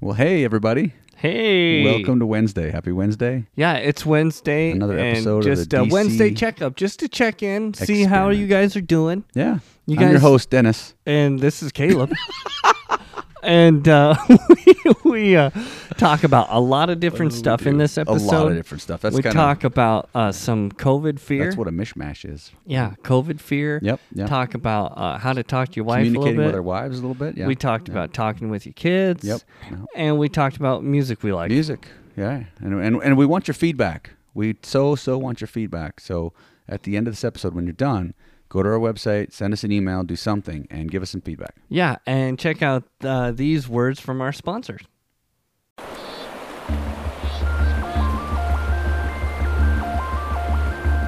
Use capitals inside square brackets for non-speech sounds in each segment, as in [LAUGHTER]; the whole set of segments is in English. Well, hey everybody! Hey, Welcome to Wednesday. Happy Wednesday. Yeah, it's Wednesday. Another and episode of the just a DC Wednesday checkup, just to check in, see how Experiment. you guys are doing. Yeah, You I'm your guys- host Dennis. And this [LAUGHS] is Caleb. and uh, [LAUGHS] we, we uh, talk about a lot of different stuff in this A episode. lot of different stuff. That's we kind talk about uh, some COVID fear. That's what a mishmash is. yeah, COVID fear. Yep, yep. Talk about uh, how to talk to your wife a little Communicating bit. with our wives a little bit. Yeah. we talked about talking with your kids. Yep, yep. And we talked about music we like. music. Yeah, and, and and we want your feedback. We so so want your feedback. So at the end of this episode, when you're done, go to our website, send us an email, do something, and give us some feedback. Yeah, and check out uh, these words from our sponsors.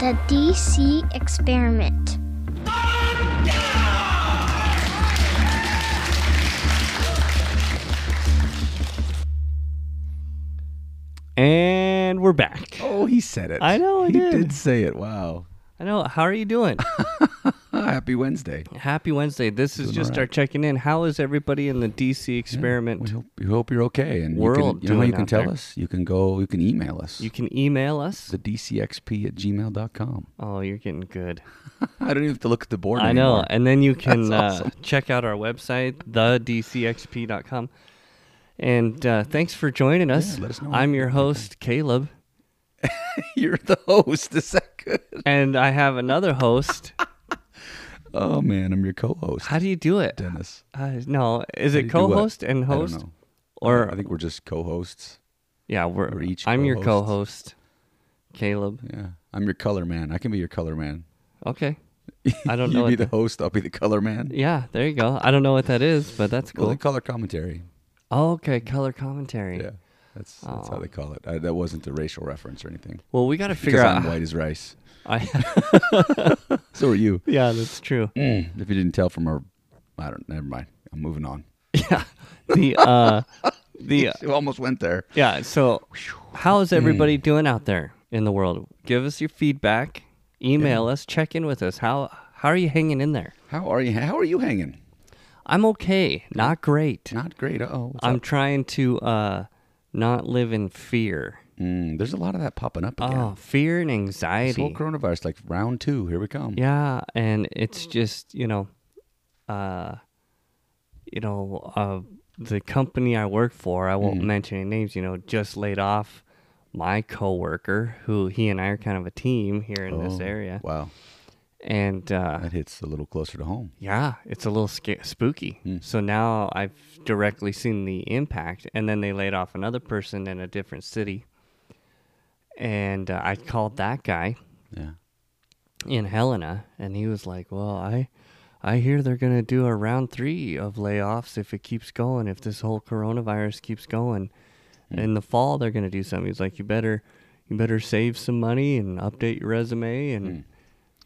The DC Experiment. And we're back. Oh, he said it. I know, I he did. say it. Wow. I know. How are you [LAUGHS] doing? Ah, happy Wednesday. Happy Wednesday. This is just alright. our checking in. How is everybody in the DC experiment? We hope, we hope you're okay. And World you can, you know, how you doing can out tell there. us. You can go. You can email us. You can email us. the DCXP at gmail.com. Oh, you're getting good. [LAUGHS] I don't even have to look at the board. I know. anymore. And then you can That's awesome. uh, check out our website, thedcxp.com. And uh, thanks for joining us. let us know. I'm your host, Caleb. [LAUGHS] You're the host. Is that good? And I have [LAUGHS] another host. Oh, man. I'm your co host, [SIGHS] How do you do it? Dennis. Uh, no, is do it you do what? co host and I don't host? know. Or, I think we're just co hosts. yeah, we're, we're each I'm your co co-hosts. host, Caleb. Yeah. I'm your color man. I can be your color man. Okay. I [LAUGHS] don't you know. be what the host. I'll be the color man. Yeah, there you go. I don't know what that is, but that's Well, cool. they color commentary. Oh, okay, color commentary. Yeah. That's, that's how they call it. I, that wasn't a racial reference or anything. Well, we got to Because figure I'm out. white as rice. [LAUGHS] I, So are [LAUGHS] you. yeah, that's [LAUGHS] true. if you didn't tell from our, I don't. Never mind. I'm moving on. Yeah, the uh, the [LAUGHS] You almost went there. yeah. So, how is everybody Hmm. doing out there in the world? Give us your feedback. Email us. Check in with us. How how are you hanging in there? How are you? How are you hanging? I'm okay. Not great. Not great. Oh, I'm trying to uh, not live in fear. mm, there's a lot of that popping up again. Oh, fear and this whole anxiety. coronavirus, like round two. Here we come. Yeah, and it's just you know, uh, you know, uh, the company I work for, I won't mention any names. You know, just laid off my coworker, who he and I are kind of a team here in this Oh, area, Wow, and uh, that hits a little closer to home. yeah, it's a little sca- spooky. So now I've directly seen the impact, and then they laid off another person in a different city, and uh, I called that guy Yeah. in Helena, and he was like, "Well, I, I hear they're gonna do a round three of layoffs if it keeps going. If this whole coronavirus keeps going, Hmm. in the fall they're gonna do something." He's like, "You better, you better save some money and update your resume and Hmm.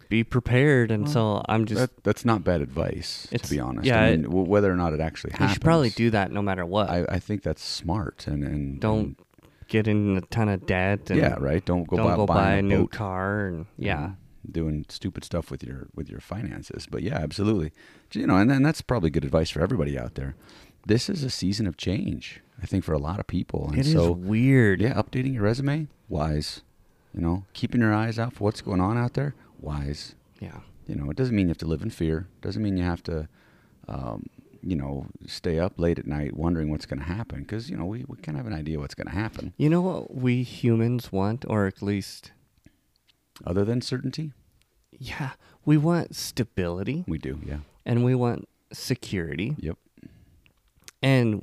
be prepared." And so I'm just, That, that's not bad advice, It's- to be honest. yeah, I mean, it- w- whether or not it actually you happens, should probably do that no matter what. I, I think that's smart and and don't get in a ton of and- debt. And yeah, right. Don't go Don't buy, go buying buy a new boat car and yeah. doing stupid stuff with your with your finances. But yeah, absolutely. You know, and then that's probably good advice for everybody out there. This is a season of change, I think, for a lot of people. And it is so weird. yeah, updating your resume, wise. You know, keeping your eyes out for what's going on out there, wise. yeah. You know, it doesn't mean you have to live in fear. Doesn't mean you have to, um, you know, stay up late at night wondering what's going to happen. Because you know, we, we kind of have an idea what's going to happen, You know what we humans want, or at least other than certainty. Yeah, we want stability We do, yeah. and we want security. Yep. And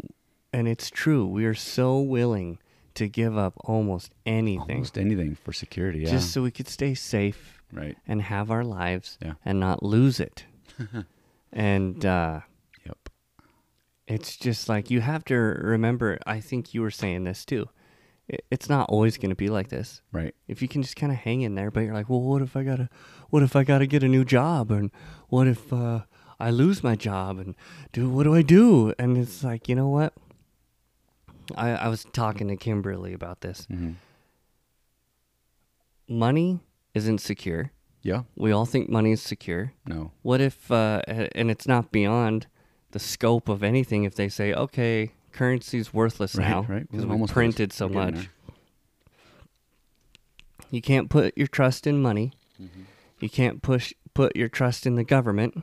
and it's true, we are so willing to give up almost anything Almost anything for security. Yeah. just so we could stay safe right. and have our lives Yeah. and not [LAUGHS] lose it. and uh Yep. it's just like you have to remember, I think you were saying this too. It, it's not always going to be like this. Right. if you can just kind of hang in there but you're like well what if i gotta what if i gotta get a new job and what if uh, i lose my job and do what do i do and it's like you know what i, I was talking to kimberly about this Mm-hmm. money isn't secure Yeah. we all think money is secure No. what if uh, a- and it's not beyond the scope of anything if they say okay currency's worthless Right, now right. We're because we almost close. printed so We're getting much. You can't put your trust in money. Mm-hmm. You can't push put your trust in the government.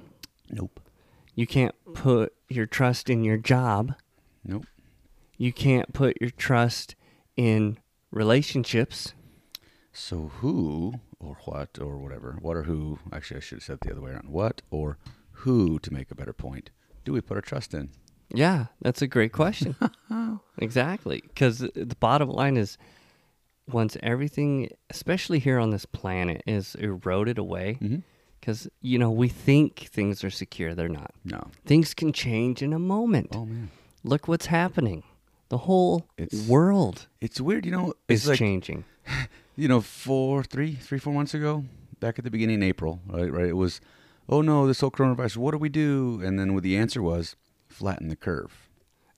Nope. You can't put your trust in your job. Nope. You can't put your trust in relationships. So who or what or whatever, what or who? Actually, I should have said it the other way around. What or who to make a better point? Do we put our trust in? Yeah, that's a great [LAUGHS] question. exactly. Because the bottom line is once everything, especially here on this planet, is eroded away, Mm-hmm. because, you know, we think things are secure, they're not. No. Things can change in a moment. Oh man, Look what's happening. The whole It's- world it's weird. You know, it's is like changing. you know, four, three, three, four months ago, back at the beginning of April, right? Right. It was, oh no, this whole coronavirus. What do we do? And then the answer was flatten the curve.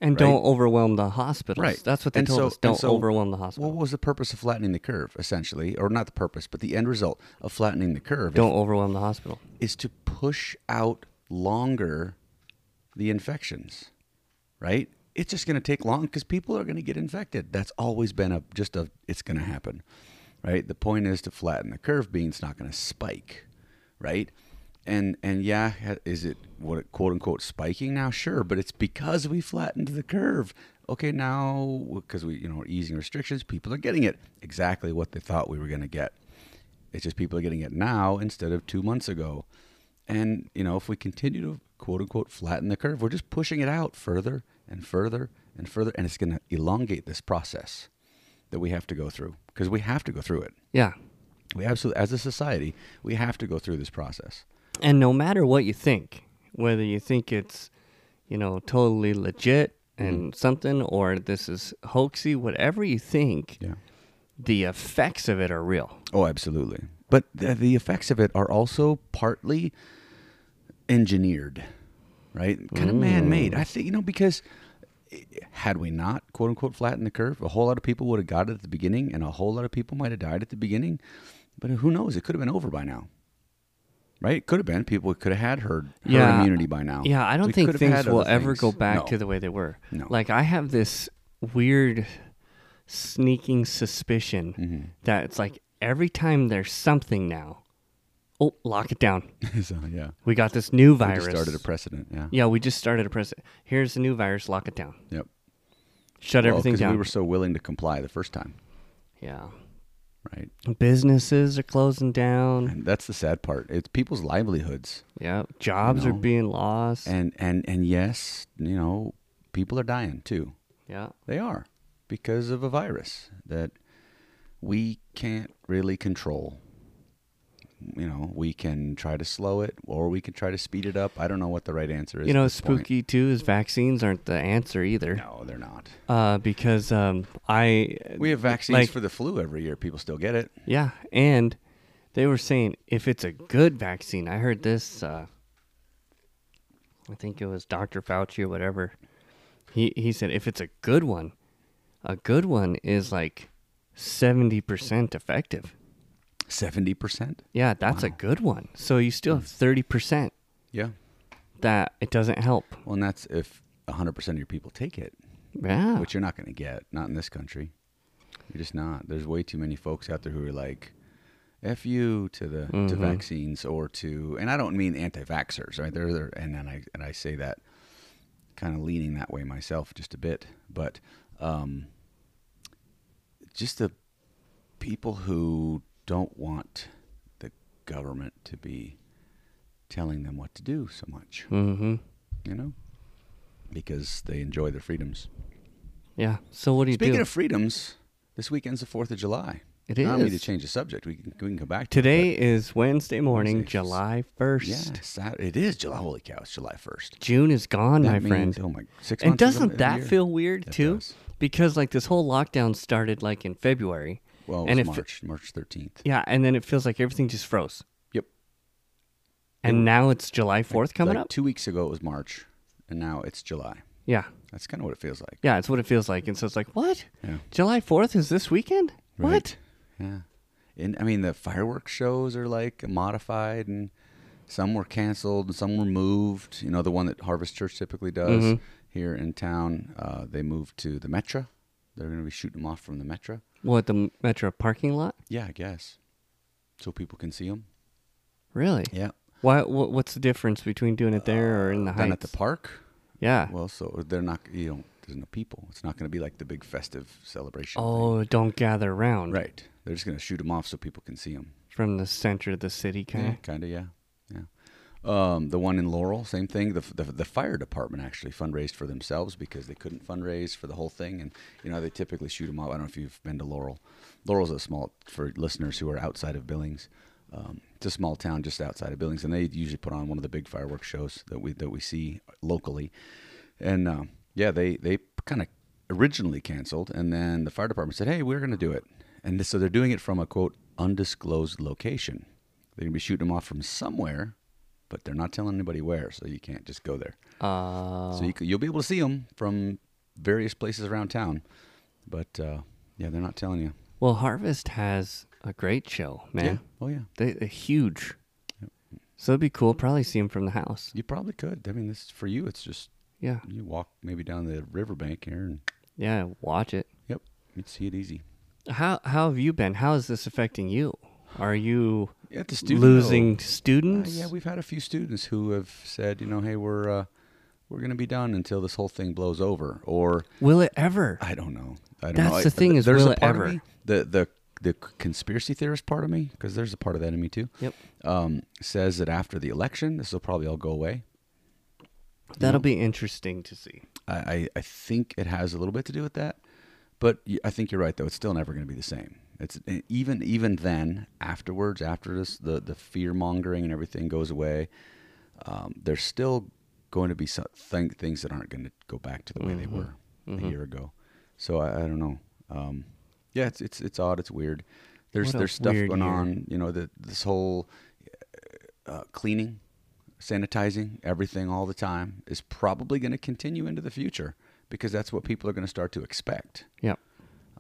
And don't overwhelm the hospitals. Right. That's what they And told so- us. and Don't so overwhelm the hospital. What was the purpose of flattening the curve, essentially, or not the purpose, but the end result of flattening the curve? don't overwhelm the hospital. is to push out longer the infections, right? It's just going to take long because people are going to get infected. That's always been a just a it's going to happen, right? The point is to flatten the curve, being it's not going to spike, right? And and yeah, ha- is it what it, quote unquote spiking now? Sure, but it's because we flattened the curve. Okay, now because we you know are easing restrictions, people are getting it exactly what they thought we were going to get. It's just people are getting it now instead of two months ago. And, you know, if we continue to quote unquote flatten the curve, we're just pushing it out further and further and further. And it's going to elongate this process that we have to go through because we have to go through it. Yeah. We absolutely, as a society, we have to go through this process. And no matter what you think, whether you think it's, you know, totally legit Mm. and something or this is hoaxy, whatever you think, Yeah. the effects of it are real. Oh, absolutely. But the, the effects of it are also partly engineered, right? Kind of man Mm. made. I think, you know, because i- had we not, quote unquote, flattened the curve, a whole lot of people would have got it at the beginning and a whole lot of people might have died at the beginning. But who knows? It could have been over by now. Right, it could have been people could have had herd, herd Yeah. immunity by now. Yeah, I don't We think could have had things will other ever go things. back No. to the way they were. No. Like I have this weird sneaking suspicion Mm-hmm. that it's like every time there's something now, oh, lock it down. [LAUGHS] so, yeah. We got this new We virus. just started a precedent. Yeah. yeah, we just started a press. Here's the new virus. Lock it down. Yep. Shut Well, everything 'cause down. We were so willing to comply the first time, yeah. right? Businesses are closing down. And that's the sad part. It's people's livelihoods, Yeah. Jobs are No. being lost. and and and yes, you know, people are dying too. yeah. They are because of a virus that we can't really control. You know, we can try to slow it, or we can try to speed it up. I don't know what the right answer is. You at know, this point. spooky too is vaccines aren't the answer either. No, they're not. Uh, because um, I We have vaccines like- for the flu every year. People still get it. Yeah, and they were saying if it's a good vaccine, I heard this. Uh, I think it was Dr. Fauci or whatever. He he said if it's a good one, a good one is like seventy percent effective. Seventy percent. Yeah, that's a good one. So you still have thirty percent Yeah. that it doesn't help. Well, and that's if hundred percent of your people take it. Yeah, which you're not going to get, not in this country. You're just not. There's way too many folks out there who are like, "F you" to the to vaccines or to, and I don't mean anti-vaxxers, right? There, there, and then I and I say that kind of leaning that way myself just a bit, but um, just the people who don't want the government to be telling them what to do so much, mm-hmm. you know, because they enjoy their freedoms. yeah. So what do you Speaking do? of freedoms, this weekend's the Fourth of July. It I don't mean to is. change the subject. We can we can come back to Today is Wednesday morning, Wednesday. July It, but yeah, first. Saturday, it is July. Holy cow! It's July first. June is gone, my friend. Oh my, six And months is a- doesn't a that year. feel weird It too? does. Because like this whole lockdown started like in February. Well, it and was it fe- March, March thirteenth. yeah, and then it feels like everything just froze. Yep. And now it's July 4th coming Like up. Two weeks ago it was March, and now it's July. yeah. That's kind of what it feels like. Yeah, it's what it feels like. And so it's like, "What? Yeah. July 4th is this weekend?" What? Right? Yeah. And I mean, the fireworks shows are like modified, Mm-hmm. and some were canceled, and some were moved. You know, the one that Harvest Church typically does here in town. Uh, they moved to the Metra. They're going to be shooting them off from the Metra. What the metro parking lot? Yeah, I guess. So people can see them. Really? Yeah. Why? What, what's the difference between doing it there or in the Down heights? Uh. at the park. yeah. Well, so they're not, you know, there's no people. It's not going to be like the big festive celebration. thing. oh, don't gather round. Right. They're just going to shoot them off so people can see them. From the center of the city, kind of. Kind of, yeah. Yeah. Um, the one in Laurel, same thing. The, f- the, the fire department actually fundraised for themselves because they couldn't fundraise for the whole thing. And, you know, they typically shoot them off. I don't know if you've been to Laurel. Laurel's a small, for listeners who are outside of Billings, um, it's a small town just outside of Billings. And they usually put on one of the big fireworks shows that we, that we see locally. And, um, yeah, they, they kind of originally canceled. And then the fire department said, hey, we're going to do it. And this, so they're doing it from a quote, undisclosed location. They're gonna be shooting them off from somewhere, but they're not telling anybody where, so you can't just go there. Uh, So you, c- you'll be able to see them from various places around town, but uh, yeah, they're not telling you. well, Harvest has a great show, Yeah. man. Oh yeah. They they're huge. So it'd be cool. Probably see them from the house. You probably could. I mean, this for you. It's just Yeah. you walk maybe down the riverbank here, and Yeah. Watch it. yep, you'd see it easy. How how have you been? How is this affecting you? Are you At the studio, losing Uh, students? yeah, we've had a few students who have said, you know, hey, we're uh, we're gonna be done until this whole thing blows over, or Will it ever? [SIGHS] I don't know. I don't That's know. I- the thing is, there's will a it part ever? of me, the the the conspiracy theorist part of me, because there's a part of that in me too. Yep. Um, says that after the election, this will probably all go away. That'll be interesting to see. I, I, I think it has a little bit to do with that, but y- I think you're right though. It's still never going to be the same. It's eh, even even then afterwards after this the the fear mongering and everything goes away, um, there's still going to be some th- things that aren't going to go back to the way they Mm-hmm. were a year ago. So I, I don't know. Um, yeah, it's it's it's odd. It's weird. There's What a there's stuff weird going year. on. You know, the, this whole uh, cleaning, sanitizing, everything all the time is probably going to continue into the future because that's what people are going to start to expect. Yep.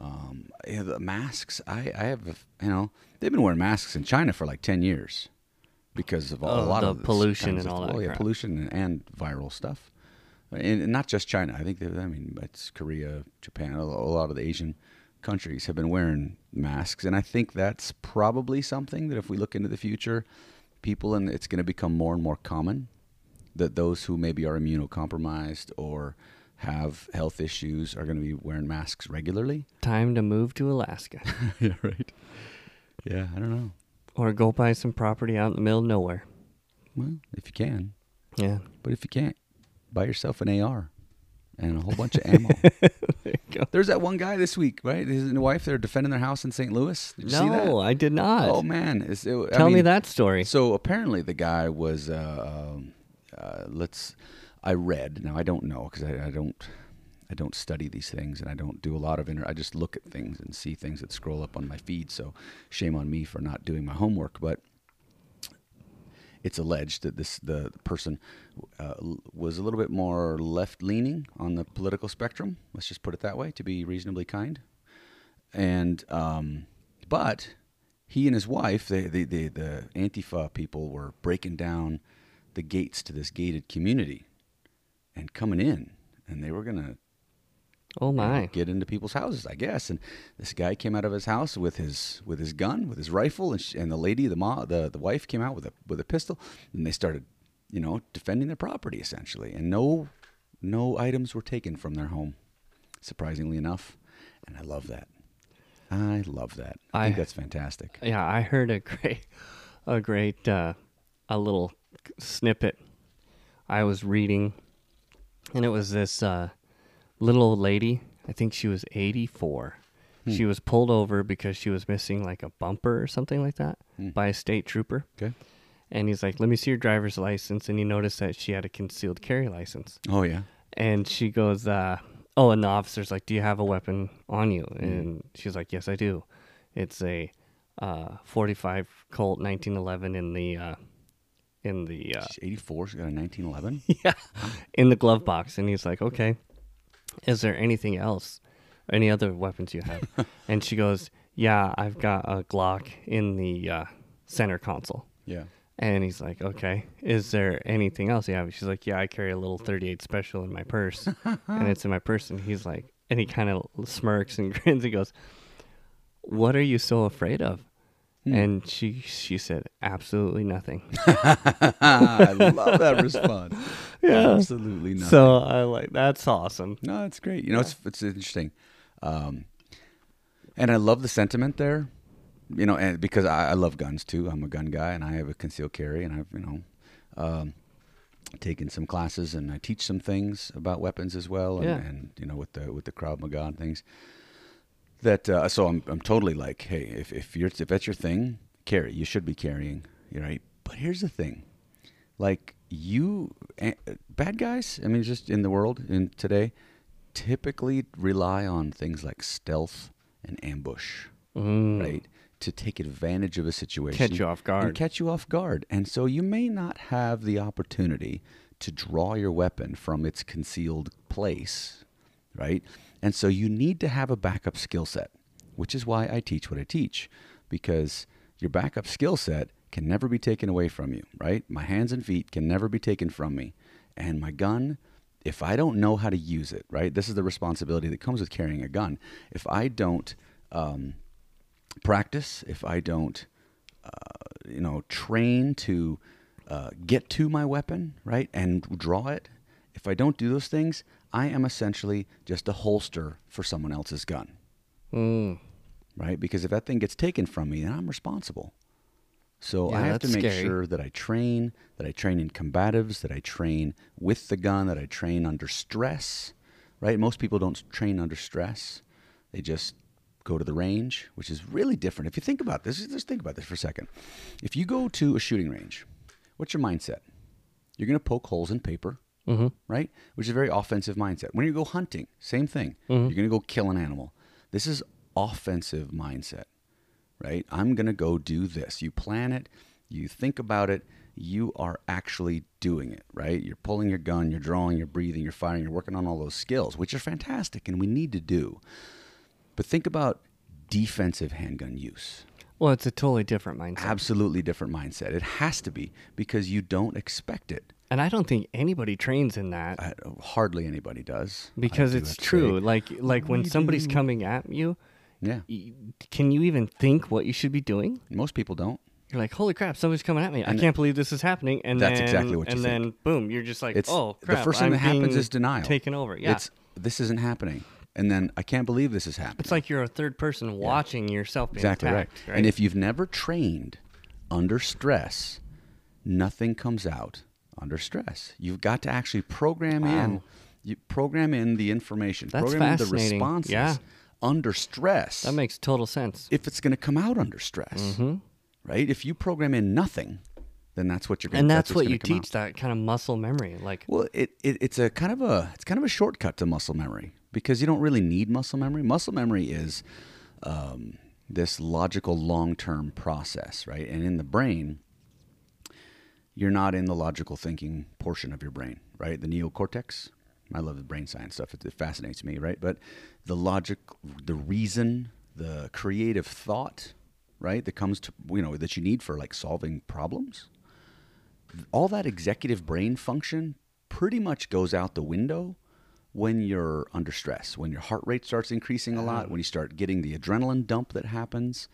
Um, yeah, the masks, I, I have, a- you know, they've been wearing masks in China for like 10 years because of a Oh, lot the of this pollution kinds and of- all that well, yeah, crap. pollution and, and viral stuff. And, and not just China. I think, that, I mean, it's Korea, Japan, a lo- a lot of the Asian countries have been wearing masks. And I think that's probably something that if we look into the future, people, and it's going to become more and more common that those who maybe are immunocompromised or have health issues are going to be wearing masks regularly. Time to move to [LAUGHS] Alaska yeah, right. Yeah, I don't know. or go buy some property out in the middle of nowhere. Well, if you can, Yeah. [LAUGHS] but if you can't, buy yourself an AR and a whole bunch of [LAUGHS] ammo. There you go. There's that one guy this week, right? His and wife, they're defending their house in St. Louis. Did you see that? No, I did not. Oh man, It's- it- I Tell me mean, that story. So apparently the guy was. Uh, um, uh, let's. I read. Now I don't know because I, I don't. I don't study these things and I don't do a lot of inter. I just look at things and see things that scroll up on my feed. So shame on me for not doing my homework. But it's alleged that this the person uh, l- was a little bit more left leaning on the political spectrum. Let's just put it that way, to be reasonably kind. And um, but he and his wife, the the the, the Antifa people, were breaking down the gates to this gated community and coming in, and they were gonna oh you know, my. get into people's houses, I guess. And this guy came out of his house with his with his gun, with his rifle, and, sh and the lady, the ma, the, the wife came out with a with a pistol, and they started, you know, defending their property essentially. And no, no items were taken from their home, surprisingly enough. And I love that. I love that. I, I- think that's fantastic. Yeah, I heard a great, a great, uh, a little snippet. I was reading, and it was this uh, little old lady. I think she was 84. Hmm. She was pulled over because she was missing like a bumper or something like that Hmm. by a state trooper. Okay. And he's like, "Let me see your driver's license." And he noticed that she had a concealed carry license. Oh yeah. And she goes, uh, "Oh!" And the officer's like, "Do you have a weapon on you?" And she's like, "Yes, I do. It's a uh, 45 Colt 1911 in the uh, in the [LAUGHS] uh, She's 84. She's got a 1911. yeah in the glove box." And he's like, "Okay, is there anything else? Any other weapons you have?" and she goes, [LAUGHS] "Yeah, I've got a Glock in the uh, center console." yeah. And he's like, okay, is there anything else you have? She's like, yeah, I carry a little 38 special in my purse, and it's in my purse. And he's like, and he kind of smirks and [LAUGHS] grins and goes, what are you so afraid of? Hmm. And she she said, [LAUGHS] absolutely nothing. Ah, I love that response. [LAUGHS] Yeah. Absolutely not. So I like that's awesome. No, it's great. You know, it's it's interesting, um, and I love the sentiment there. You know, and because I, I love guns too. I'm a gun guy, and I have a concealed carry, and I've you know, um, taken some classes, and I teach some things about weapons as well, and, Yeah. and you know, with the with the Krav Maga and things. That uh, so I'm I'm totally like, hey, if if you're if that's your thing, carry. You should be carrying, you right? But here's the thing, like you eh, bad guys i mean just in the world in today typically rely on things like stealth and ambush Mm. right to take advantage of a situation Catch you off guard. and catch you off guard and so you may not have the opportunity to draw your weapon from its concealed place right and so you need to have a backup skill set which is why i teach what i teach because your backup skill set can never be taken away from you right my hands and feet can never be taken from me and my gun if I don't know how to use it, right? This is the responsibility that comes with carrying a gun. If I don't um, practice, if I don't, uh, you know, train to uh, get to my weapon, right, and draw it, if I don't do those things, I am essentially just a holster for someone else's gun, Mm. right? Because if that thing gets taken from me, then I'm responsible. So Yeah, I have to that's make scary. sure that I train, that I train in combatives, that I train with the gun, that I train under stress, right? Most people don't train under stress. They just go to the range, which is really different. If you think about this, just think about this for a second. If you go to a shooting range, what's your mindset? You're going to poke holes in paper, Mm-hmm. right? Which is a very offensive mindset. When you go hunting, same thing. Mm-hmm. You're going to go kill an animal. This is offensive mindset right? I'm going to go do this. You plan it, you think about it, you are actually doing it, right? You're pulling your gun, you're drawing, you're breathing, you're firing, you're working on all those skills, which are fantastic and we need to do. But think about defensive handgun use. Well, it's a totally different mindset. Absolutely different mindset. It has to be because you don't expect it. and I don't think anybody trains in that I, hardly anybody does. I because do it's have to say. true. Like like when somebody's coming at you, Yeah. y- can you even think what you should be doing? Most people don't. You're like, holy crap, somebody's coming at me. I can't believe this is happening. And That's then, exactly what you And think. then boom, you're just like, It's oh crap. the first thing I'm that happens being is denial. Taken over. Yeah. It's this isn't happening. And then I can't believe this is happening. It's like you're a third person watching yourself being exactly right. attacked. And if you've never trained under stress, nothing comes out under stress. You've got to actually program in, you program in the information, That's program in the fascinating. responses Yeah. under stress. that makes Mm-hmm. total sense. if it's going to come out under stress, right? If you program in nothing, then that's what you're going. and that's, what's what gonna you come out. teach that kind of muscle memory. Like, Well, it, it it's a kind of a it's kind of a shortcut to muscle memory because you don't really need muscle memory. Muscle memory is um, this logical long term process, right? And in the brain, you're not in the logical thinking portion of your brain, right? The neocortex. I love the brain science stuff; it, it fascinates me, right? But the logic, the reason, the creative thought, right, that comes to you know that you need for like solving problems all that executive brain function pretty much goes out the window when you're under stress, when your heart rate starts increasing a lot, when you start getting the adrenaline dump that happens.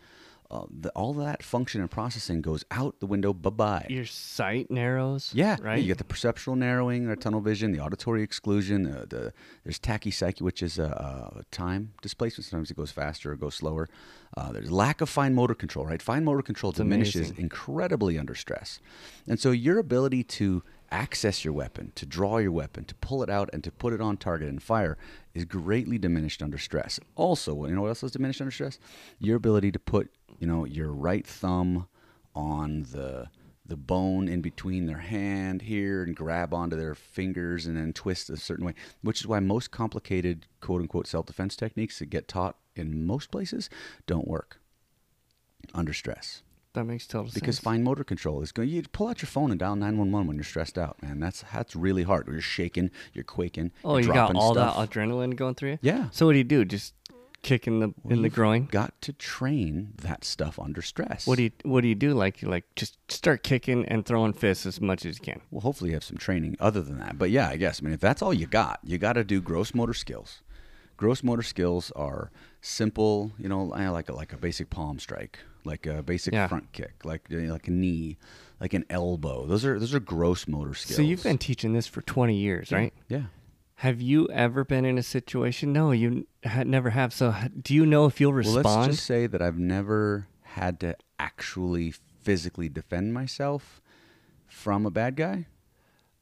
Uh, the, all that function and processing goes out the window. Bye bye. your sight narrows. Yeah, Right. You get the perceptual narrowing, or tunnel vision, the auditory exclusion. Uh, the there's tachypsyche, which is a, uh time displacement. Sometimes it goes faster or goes slower. Uh, there's lack of fine motor control. Right, fine motor control diminishes incredibly under stress, and so your ability to access your weapon, to draw your weapon, to pull it out, and to put it on target and fire is greatly diminished under stress. Also, you know what else is diminished under stress? Your ability to put, you know, your right thumb on the the bone in between their hand here and grab onto their fingers and then twist a certain way, which is why most complicated quote unquote self defense techniques that get taught in most places don't work under stress that makes total because sense. fine motor control is going. You pull out your phone and dial nine one one when you're stressed out, man. That's that's really hard. You're shaking, you're quaking. Oh, you're you got dropping all stuff. that adrenaline going through you. Yeah. So what do you do? Just kick in the in the groin. Got to train that stuff under stress. What do you What do you do? Like you like just start kicking and throwing fists as much as you can. Well, hopefully you have some training other than that. But yeah, I guess. I mean, if that's all you got, you got to do gross motor skills. Gross motor skills are simple, you know, I like a, like a basic palm strike, like a basic Yeah. front kick, like you know, like a knee, like an elbow. Those are those are gross motor skills. So you've been teaching this for twenty years, right? yeah. Have you ever been in a situation? No, you ha- never have. So h- do you know if you'll Well, respond? let's just say that I've never had to actually physically defend myself from a bad guy,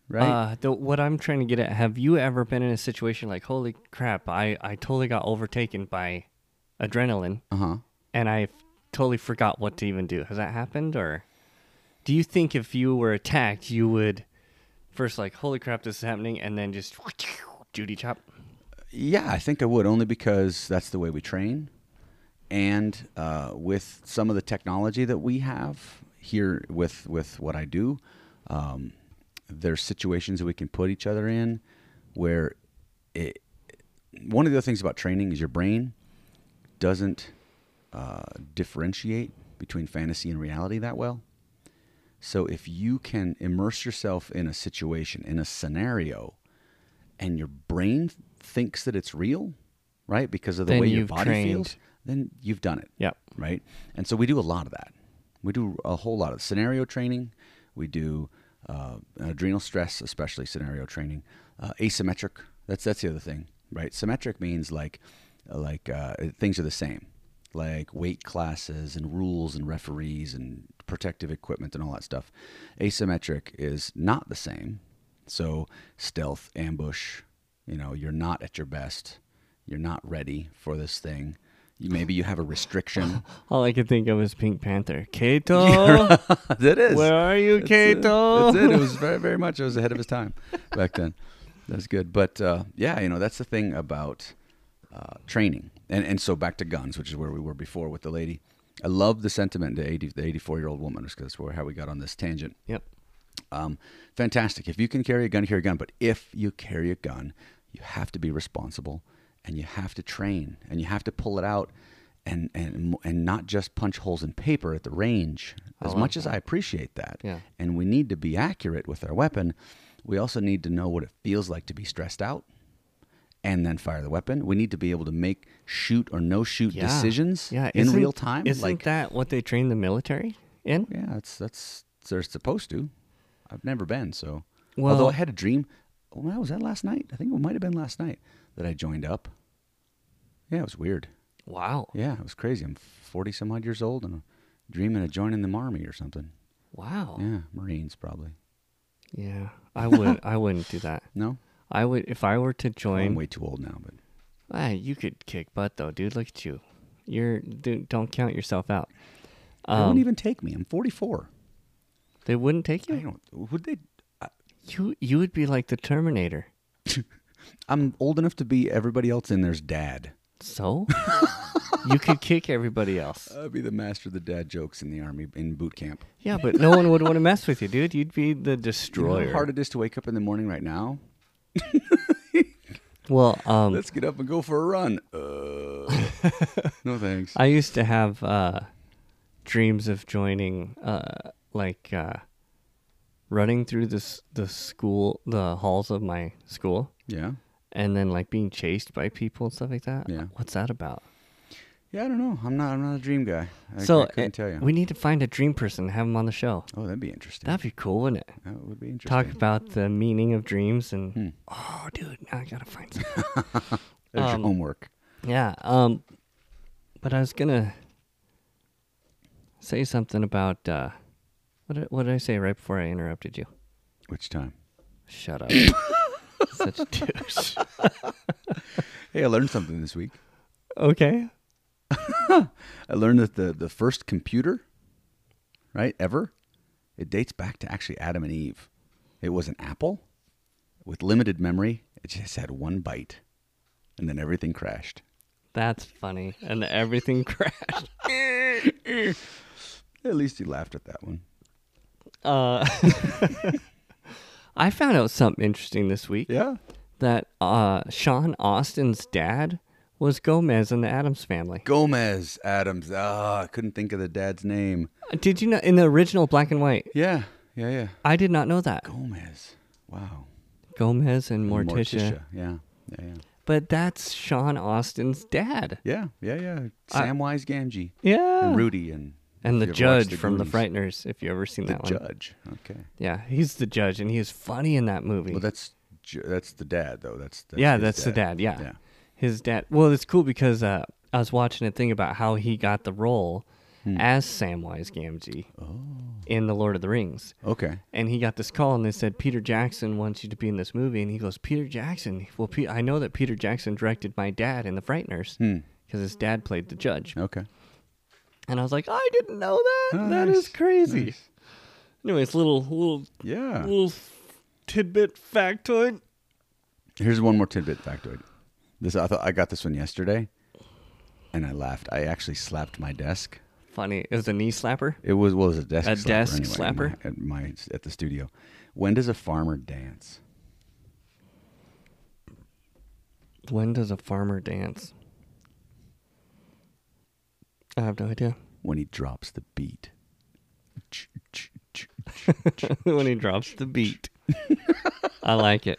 right? Uh, the, what I'm trying to get at, have you ever been in a situation like, holy crap, I, I totally got overtaken by adrenaline Uh huh. and I f- totally forgot what to even do? Has that happened? Or do you think if you were attacked, you would first, like, holy crap, this is happening, and then just [LAUGHS] Judy chop? Yeah, I think I would only because that's the way we train, and uh, with some of the technology that we have here with with what I do, um, there's situations that we can put each other in where it. One of the other things about training is your brain doesn't uh, differentiate between fantasy and reality that well. So if you can immerse yourself in a situation, in a scenario, and your brain thinks that it's real, right? Because of the Then way your you've body trained. feels, then you've done it. Yep. Right? And so we do a lot of that. We do a whole lot of scenario training. We do uh, adrenal stress, especially scenario training. Uh, asymmetric. That's that's the other thing, right? Symmetric means like like uh, things are the same, like weight classes and rules and referees and protective equipment and all that stuff. Asymmetric is not the same. So stealth, ambush. You know, you're not at your best. You're not ready for this thing. You, maybe you have a restriction. [LAUGHS] All I could think of is Pink Panther. Kato, it is. where are you, That's it. Kato? That's it. It [LAUGHS] was very, very much. It was ahead of his time back then. That's good. But uh, yeah, you know, that's the thing about uh, training. And and so back to guns, which is where we were before with the lady. I love the sentiment to 80, the 84 year old woman, because that's where how we got on this tangent. Yep. Um, fantastic. If you can carry a gun, carry a gun. But if you carry a gun, you have to be responsible and you have to train and you have to pull it out and, and, and not just punch holes in paper at the range. As much as I appreciate that, Yeah. and we need to be accurate with our weapon, we also need to know what it feels like to be stressed out and then fire the weapon. We need to be able to make shoot or no shoot Yeah. decisions Yeah, in isn't- real time. Isn't like, that what they train the military in? yeah, that's that's they're supposed to. I've never been so. although Well- I had a dream. When I was that last night, I think it might have been last night that I joined up. Yeah, it was weird. Wow. Yeah, it was crazy. I'm forty some odd years old and I'm dreaming of joining the army or something. Wow. Yeah, Marines probably. Yeah, [LAUGHS] I would. I wouldn't do that. No, I would if I were to I'm join. way too old now. But Ah, you could kick butt though, dude. Look at you. You're dude, don't count yourself out. they Um, wouldn't e- even take me. I'm 44. they wouldn't take I you. don't. Would they? I, You you would be like the Terminator. I'm old enough to be everybody else in there's dad. [LAUGHS] So you could kick everybody else. I'd be the master of the dad jokes in the army in boot camp. Yeah, but no one would want to mess with you, dude. You'd be the Do you know destroyer. how hard it is to wake up in the morning right now? well, um, Let's get up and go for a run. [LAUGHS] Uh, no thanks. I used to have uh, dreams of joining, uh, like uh, running through this the school, the halls of my school, Yeah. and then like being chased by people and stuff like that. Yeah. what's that about? Yeah, I don't know. I'm not. I'm not a dream guy. I, so I couldn't uh, tell you. we need to find a dream person, and have him on the show. oh, that'd be interesting. That'd be cool, wouldn't it? that would be interesting. Hmm. Talk about the meaning of dreams and oh, dude, now I gotta find some. There's um, your homework. Yeah. Um but I was gonna say something about uh what did, what did I say right before I interrupted you? Which time? Shut up. Such a douche. Hey, I learned something this week. Okay. I learned that the the first computer, right ever, it dates back to actually Adam and Eve. It was an Apple with limited memory. It just had one byte, and then everything crashed. [LAUGHS] That's funny. And everything [LAUGHS] crashed. At least you laughed at that one. Uh [LAUGHS] I found out something interesting this week Yeah. that uh Sean Austin's dad was Gomez and the Adams family. Gomez Adams. Ah, I couldn't think of the dad's name. Uh, Did you know in the original black and white? Yeah, yeah, yeah. I did not know that. Gomez. Wow. Gomez and And Morticia. Yeah, yeah, yeah. But that's Sean Austin's dad. Yeah, yeah, yeah. I- Samwise Gamgee Yeah. and Rudy and And the if you ever watched judge from The Goonies. Frighteners, if you ever seen The that one. judge. Okay. Yeah, he's the judge, and he is funny in that movie. Well, that's ju- that's the dad though. That's, that's yeah, his that's the dad. Yeah. Yeah. his dad. Well, it's cool because uh, I was watching a thing about how he got the role Hmm. as Samwise Gamgee in The Lord of the Rings, Oh. Okay. and he got this call, and they said Peter Jackson wants you to be in this movie, and he goes, Peter Jackson. Well, Pe- I know that Peter Jackson directed my dad in The Frighteners Hmm. because his dad played the judge, Okay. and I was like, I didn't know that. That Oh, is nice, crazy. nice. Anyways, little little Yeah. little tidbit factoid. Here's one more tidbit factoid. This I thought I got this one yesterday, and I laughed. I actually slapped my desk. Funny, it was a knee slapper. It was well, it was a desk A slapper desk anyway, slapper? at my, at my at the studio. When does a farmer dance? When does a farmer dance? I have no idea. [LAUGHS] When he drops the beat. when he drops the beat. I like it.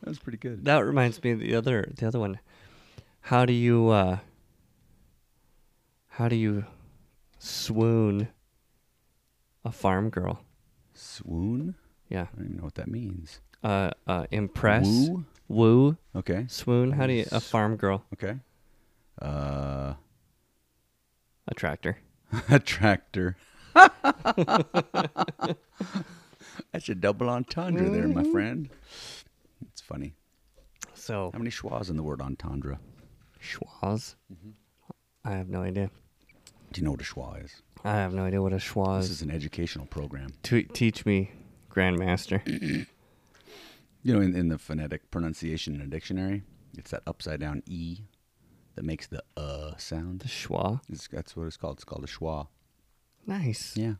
That was pretty good. That reminds me of the other the other one. How do you uh how do you swoon a farm girl? Swoon. Yeah. I don't even know what that means. Uh uh impress. Woo? Woo. Okay. Swoon. How do you a farm girl? Okay. Uh, [LAUGHS] Attract her. a tractor. [LAUGHS] That's a double entendre there, Mm-hmm. my friend. It's funny. So How many schwas in the word entendre? schwas. Mm-hmm. I have no idea. Do you know what a schwa is? I have no idea what a schwa This is. is an educational program. T- teach me, [CLEARS THROAT] Grandmaster. You know, in, in the phonetic pronunciation in a dictionary, it's that upside down E that makes the uh The sound. schwa. It's, that's what it's called. It's called a schwa. Nice. Yeah.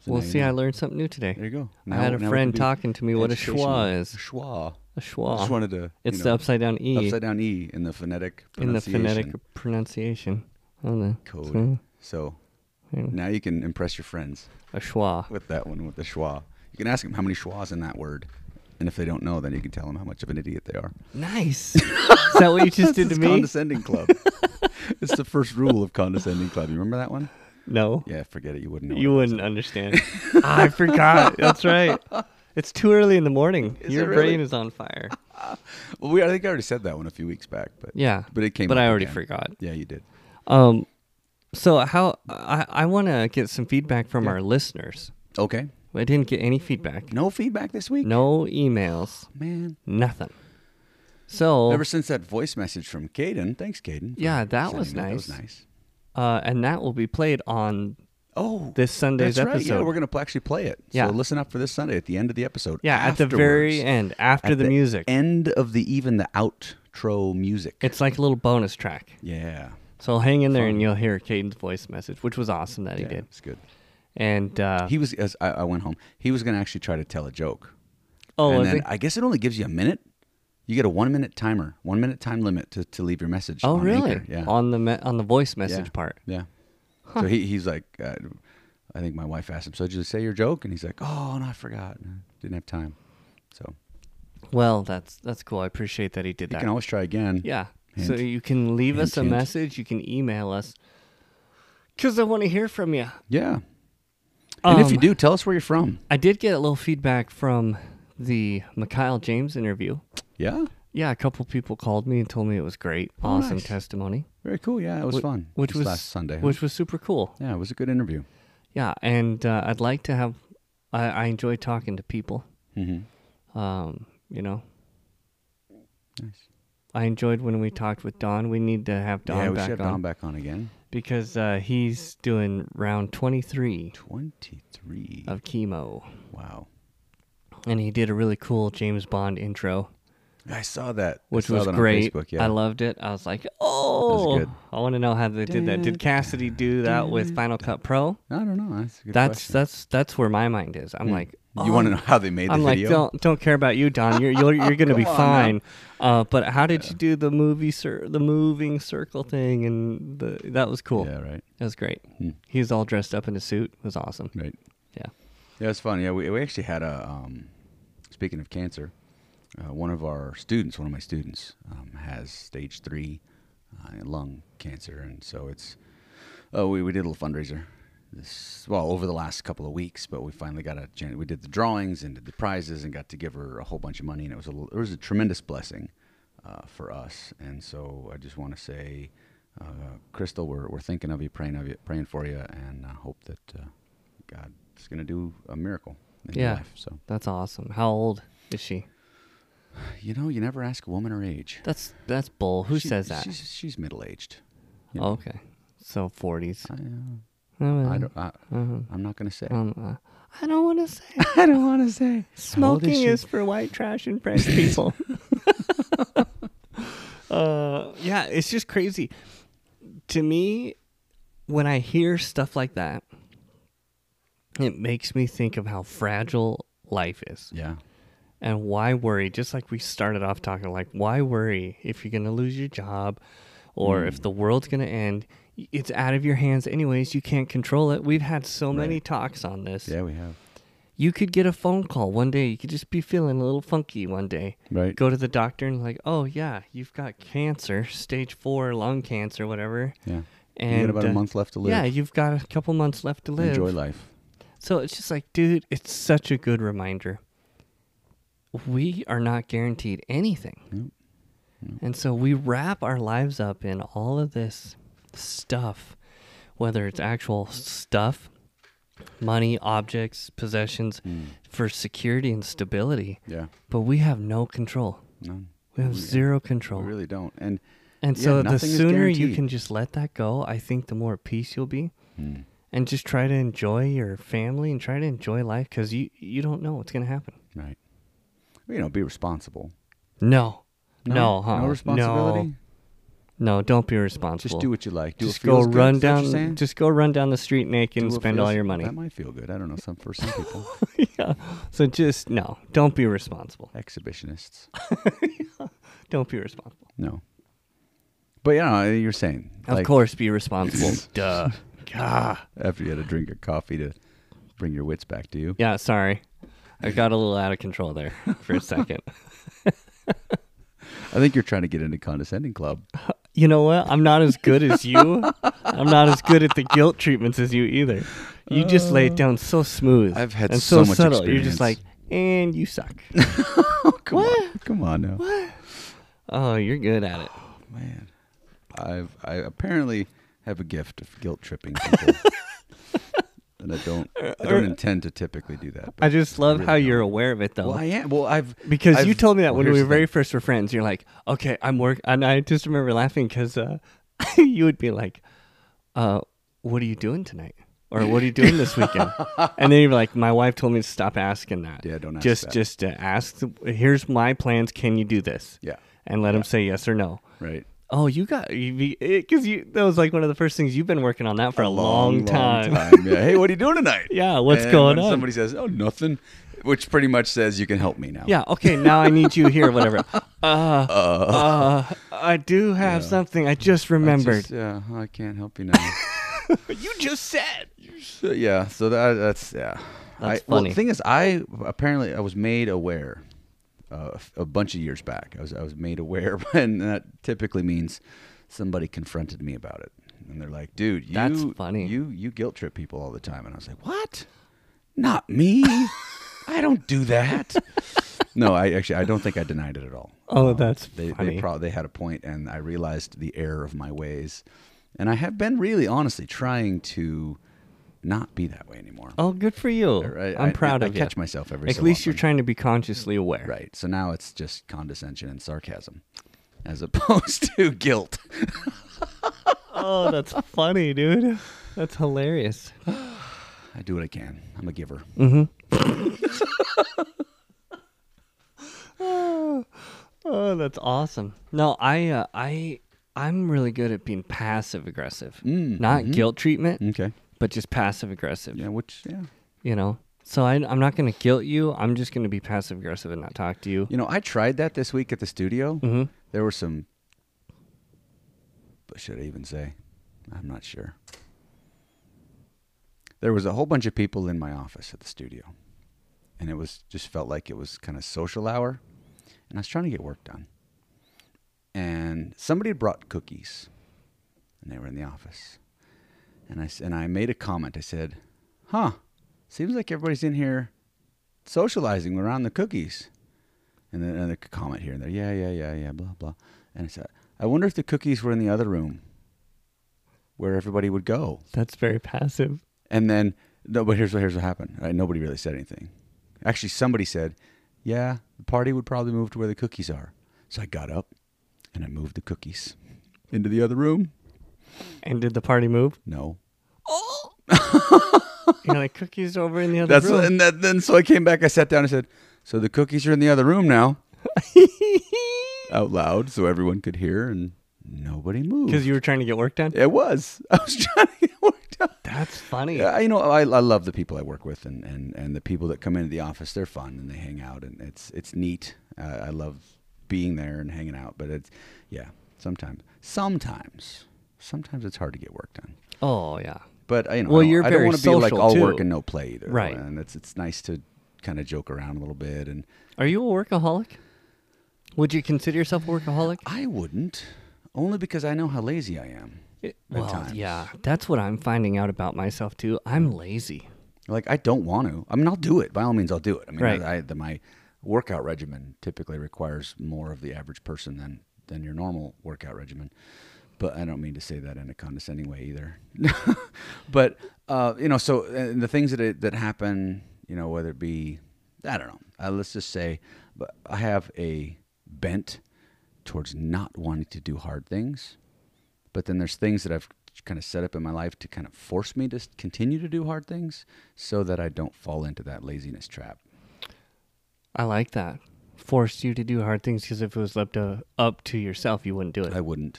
So well, now you see, know. I learned something new today. There you go. I had a now it friend can be talking to me what a educational. schwa is. Schwa. A I schwa. just wanted to. it's you the know, upside down E upside down E in the phonetic in the phonetic Hmm. pronunciation pronunciation. I don't know. code. So, So anyway, now you can impress your friends a schwa. with that one with the schwa. You can ask them how many schwas in that word, and if they don't know, then you can tell them how much of an idiot they are. Nice. [LAUGHS] is that what you just This did is to me? condescending [LAUGHS] club. it's the first rule of condescending club. You remember that one? No. Yeah, forget it. You wouldn't. Know You what it wouldn't understand. [LAUGHS] I forgot. That's right. It's too early in the morning. Is Your it really? brain is on fire. was. [LAUGHS] Well, we, I think I already said that one a few weeks back, but Yeah. but it came. But up I already again. forgot. Yeah, you did. [LAUGHS] Um, so how I, I want to get some feedback from our listeners. Okay. I didn't get any feedback. No feedback this week. No emails. man. Nothing. So Ever since that voice message from Caden, thanks, Caden. for Yeah, that sending was That was nice. nice. uh, and that will be played on Oh, this Sunday's that's right. episode. Yeah, we're going to pl- actually play it. Yeah. So listen up for this Sunday at the end of the episode. yeah at the very Afterwards, end after at the, music. End of the even the outro music. It's like a little bonus track. yeah. So hang in there and you'll hear Caden's voice message, which was awesome that he Yeah, did. it's good. And uh, He was as I, I went home. He was going to actually try to tell a joke. oh, and was then it? I guess it only gives you a minute. You get a one minute timer, one minute time limit to, to leave your message. oh on really? Anchor. Yeah. On the me- on the voice message yeah. part. Yeah. So he, he's like, uh, I think my wife asked him, so did you say your joke? And he's like, oh, no, I forgot. and I Didn't have time. So Well, that's that's cool. I appreciate that he did you that. can always try again. Yeah. Hint. So you can leave Hint, us a hint. message. You can email us. Because I want to hear from you. Yeah. And if you Um, do, tell us where you're from. I did get a little feedback from the Mikhail James interview. Yeah. Yeah, a couple people called me and told me it was great. awesome Oh, nice. testimony. Very cool. Yeah. It was Wh- fun. Which This was last Sunday. Which was super cool. yeah. It was a good interview. Yeah, and uh, I'd like to have. I, I enjoy talking to people. Mm-hmm. Um, you know, Nice. I enjoyed when we talked with Don. We need to have Don yeah. We back should have on Don back on again. because uh, he's doing round twenty three 23. of chemo, wow. and he did a really cool James Bond intro. I saw that. I which saw was that on great. Facebook, yeah. I loved it. I was like, oh, good. I want to know how they did that. Did Cassidy do that with Final Cut Pro? I don't know. That's a good That's question. Hmm. that's that's where my mind is. I'm like, you oh, want to know how they made the I'm like, video? don't don't care about you, Don. You're you're, [LAUGHS] you're gonna be Come on fine. Uh, but how did you do the movie, cir- the moving circle thing, and the that was cool. Yeah, right, Hmm. That was great. He was all dressed up in a suit. It was awesome. right. Yeah. Yeah, it's fun. Yeah, we, we actually had a. Um, speaking of cancer, uh, one of our students, one of my students, um, has stage three uh, lung cancer, and so it's. Oh, we, we did a little fundraiser. This well over the last couple of weeks, but we finally got a chance. We did the drawings and did the prizes and got to give her a whole bunch of money, and it was a l- it was a tremendous blessing uh, for us. And so I just want to say, uh, Crystal, we're, we're thinking of you, praying of you, praying for you, and I hope that uh, God is going to do a miracle in your Yeah. life. So That's awesome. How old is she? you know, you never ask a woman her age. That's that's bull. Who She- says that? She's, she's middle aged. Oh, okay. So 40s. I, uh, Oh, well, I don't. I, I'm not going to say. um, uh, I don't want [LAUGHS] to say. I don't want to say. Smoking is, for white trash and [LAUGHS] French people. [LAUGHS] uh, yeah, it's just crazy. To me, when I hear stuff like that, it makes me think of how fragile life is. Yeah. And why worry? Just like we started off talking, like, why worry if you're going to lose your job or Mm. if the world's going to end? Y- It's out of your hands, anyways. You can't control it. We've had so many talks on this. Yeah, we have. You could get a phone call one day. You could just be feeling a little funky one day. Right. Go to the doctor and, like, oh, yeah, you've got cancer, stage four lung cancer, whatever. Yeah. And you got about uh, a month left to live. Yeah, you've got a couple months left to live. Enjoy life. So it's just like, dude, it's such a good reminder. We are not guaranteed anything. And so we wrap our lives up in all of this stuff, whether it's actual stuff, money, objects, possessions, Hmm. for security and stability. Yeah. But we have no control. No, We have zero control. we Oh, really don't. And And Yeah, so the nothing is sooner you guaranteed. can just let that go, I think the more at peace you'll be. And just try to enjoy your family and try to enjoy life because you, you don't know what's going to happen. right. You know, be responsible. No. No, huh? no responsibility. No, don't be responsible. Just do what you like. Do just what feels go good. run Is that what you're down. saying? Just go run down the street naked Do and what spend feels- all your money. That might feel good. I don't know. Some for some people, [LAUGHS] [LAUGHS] yeah. So just no. Don't be responsible. exhibitionists. Don't be responsible. No. But yeah, you're saying Of like, course, be responsible. Duh. after you had a drink of coffee to bring your wits back to you. Yeah. Sorry, I got a little out of control there for a second. I think you're trying to get into condescending club. [LAUGHS] You know what? I'm not as good as you. I'm not as good at the guilt treatments as you either. You just lay it down so smooth. I've had and so much subtle. You're just like, experience. and you suck. [LAUGHS] Come on, come on now, oh, you're good at it. man. I've I apparently have a gift of guilt tripping [LAUGHS] people, and I don't I don't intend to typically do that. I but- just love how you're aware of it though. well, I am. Well, I've because you I've- told me that well, when we here's were the thing. very first were friends, you're like, okay, I'm work, and I just remember laughing because uh, [LAUGHS] you would be like, uh, "What are you doing tonight?" or "What are you doing [LAUGHS] this weekend?" and then you're like, "My wife told me to stop asking that. Yeah, don't ask just that. just uh, ask. the- Here's my plans. Can you do this? Yeah. and let them say yes or no." right. Oh, you got because you that was like one of the first things you've been working on that for a, long, time. Yeah. Hey, what are you doing tonight? [LAUGHS] Yeah, what's And going when on? Somebody says, "Oh, nothing," which pretty much says you can help me now. Yeah. Okay. Now I need you [LAUGHS] here. Whatever. Uh, uh, I do have something. I just I remembered. just, yeah, I can't help you [LAUGHS] now. you just said. So, yeah, so that that's yeah. That's I, well, funny. the thing is, I apparently I was made aware uh, a bunch of years back. I was I was made aware, [LAUGHS] and that typically means somebody confronted me about it, and they're like, "Dude, you That's funny. You you guilt trip people all the time," and I was like, "What? Not [LAUGHS] me. I don't do that." no, I actually I don't think I denied it at all. Oh, that's They funny. they probably had a point, and I realized the error of my ways, and I have been really honestly trying to not be that way anymore. oh, good for you. I- I'm I- proud I of you. catch myself every At so least you're often. trying to be consciously aware. Right. So now it's just condescension and sarcasm, as [LAUGHS] opposed to guilt. [LAUGHS] Oh, that's funny, dude. [LAUGHS] That's hilarious. I do what I can. I'm a giver. Mm. Oh, Oh, that's awesome. No, I uh, I I'm really good at being passive aggressive. Mm, Not guilt treatment, Okay. but just passive aggressive, Yeah. Which yeah. you know. So I, I'm not going to guilt you. I'm just going to be passive aggressive and not talk to you. You know, I tried that this week at the studio. Mhm. There were some. But should I even say? I'm not sure. There was a whole bunch of people in my office at the studio, and it was just felt like it was kind of social hour, and I was trying to get work done. And somebody had brought cookies, and they were in the office, and I s- and I made a comment. I said, "Huh, seems like everybody's in here socializing around the cookies." And then another comment here and there. Yeah, yeah, yeah, yeah, blah, blah. And I said, I wonder if the cookies were in the other room where everybody would go. That's very passive. And then, no, but here's what, here's what happened. Uh, nobody really said anything. Actually, somebody said, yeah, the party would probably move to where the cookies are. So I got up and I moved the cookies into the other room. And did the party [LAUGHS] move? No. You're like cookies over in the other That's room. and that, then so I came back. I sat down and said, "So the cookies are in the other room [LAUGHS] now," out loud, so everyone could hear, and nobody moved. Because you were trying to get work done. It was. [LAUGHS] I was trying to get worked out. That's funny. Yeah, you know, I, I love the people I work with, and, and, and the people that come into the office. They're fun, and they hang out, and it's it's neat. Uh, I love being there and hanging out, but it's yeah. Sometimes, sometimes, sometimes it's hard to get work done. Oh yeah. But you know, Well, I don't- you're I don't very want to be like social, all too. work and no play either. Right. And it's it's nice to kind of joke around a little bit, and Are you a workaholic? Would you consider yourself a workaholic? I wouldn't only because I know how lazy I am. It- at well, times. yeah, that's what I'm finding out about myself too. I'm lazy. Like I don't want to. I mean, I'll do it. By all means, I'll do it. I mean, Right. I, the, my workout regimen typically requires more of the average person than than your normal workout regimen. But I don't mean to say that in a condescending way either. [LAUGHS] but uh, you know, so and the things that it, that happen, you know, whether it be I don't know. Uh, let's just say, but I have a bent towards not wanting to do hard things. But then there's things that I've kind of set up in my life to kind of force me to s- continue to do hard things so that I don't fall into that laziness trap. I like that. Forced you to do hard things because if it was left to, up to yourself, you wouldn't do it. I wouldn't.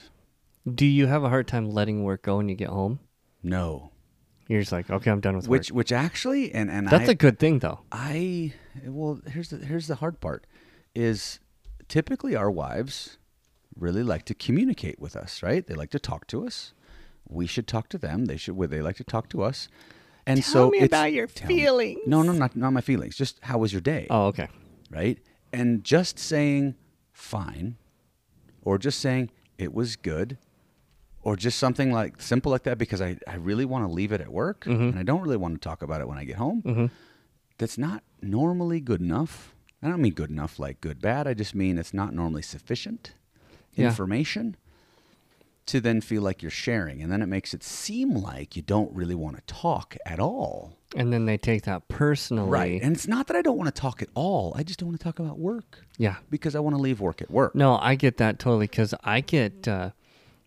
do you have a hard time letting work go when you get home? No. You're just like, okay, I'm done with Which work. which actually and and That's I, a good thing though. I well here's the here's the hard part is typically our wives really like to communicate with us, right? They like to talk to us. We should talk to them. They should would they like to talk to us. And so it's, Tell me- No, no, not not my feelings. Just how was your day? Oh, okay. right? And just saying fine or just saying it was good or just something like simple like that because I, I really want to leave it at work and I don't really want to talk about it when I get home. That's not normally good enough. I don't mean good enough like good bad. I just mean it's not normally sufficient Yeah. information to then feel like you're sharing. And then it makes it seem like you don't really want to talk at all. And then they take that personally. Right. And it's not that I don't want to talk at all. I just don't want to talk about work yeah. because I want to leave work at work. No, I get that totally because I get uh,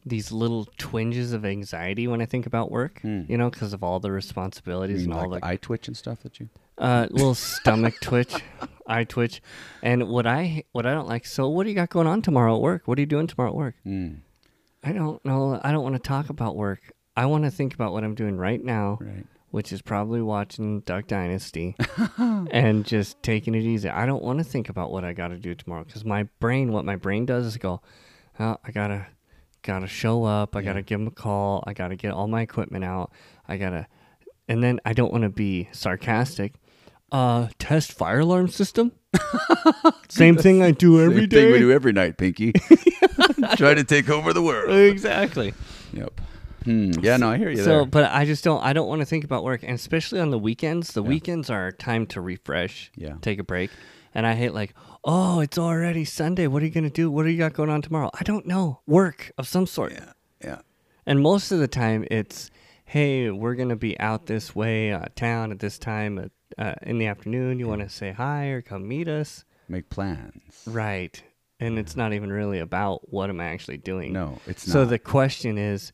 these little twinges of anxiety when I think about work, you know, because of all the responsibilities Hmm. You mean and all like the the eye twitch and stuff that you. uh, little stomach twitch, [LAUGHS] eye twitch, and what I what I don't like. So, what do you got going on tomorrow at work? What are you doing tomorrow at work? Hmm. I don't know. I don't want to talk about work. I want to think about what I'm doing right now, Right. which is probably watching Duck [LAUGHS] Dynasty and just taking it easy. I don't want to think about what I got to do tomorrow because my brain, what my brain does is go, oh, I gotta gotta show up. I gotta give him a call. I gotta get all my equipment out. I gotta, and then I don't want to be sarcastic. Uh, test fire alarm [LAUGHS] system. Same thing I do every day. we [LAUGHS] do every night, Pinky. [LAUGHS] Try to take over the world. exactly. Yep. Hmm. Yeah, no, I hear you so there. but i just don't i don't want to think about work and especially on the weekends the weekends are time to refresh Yeah. take a break and i hate like oh it's already sunday what are you gonna do what do you got going on tomorrow i don't know work of some sort Yeah. and most of the time it's hey we're gonna be out this way uh, town at this time uh, uh, in the afternoon you want to say hi or come meet us Make plans. right and it's not even really about what am i actually doing No, it's so not. the question is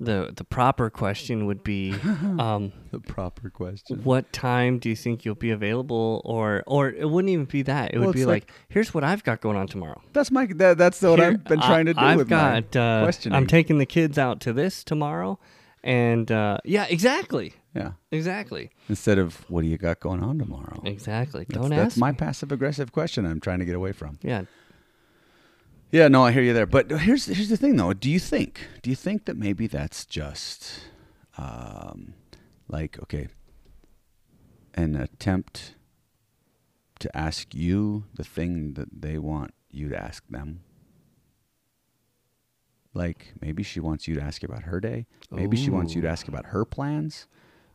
the the proper question would [LAUGHS] be um, [LAUGHS] The proper question. what time do you think you'll be available or or it wouldn't even be that it Well, would be it's like- like, here's what i've got going on tomorrow That's my. That, that's what Here- I've been I- trying to do I've with my got, uh, questioning. i'm taking the kids out to this tomorrow and uh, yeah exactly yeah. exactly Instead of what do you got going on tomorrow? exactly That's, don't that's ask my me. passive aggressive question. I'm trying to get away from. yeah Yeah, no, I hear you there. But here's here's the thing though. Do you think do you think that maybe that's just um, like okay, an attempt to ask you the thing that they want you to ask them? Like maybe she wants you to ask about her day. Maybe she wants you to ask about her plans.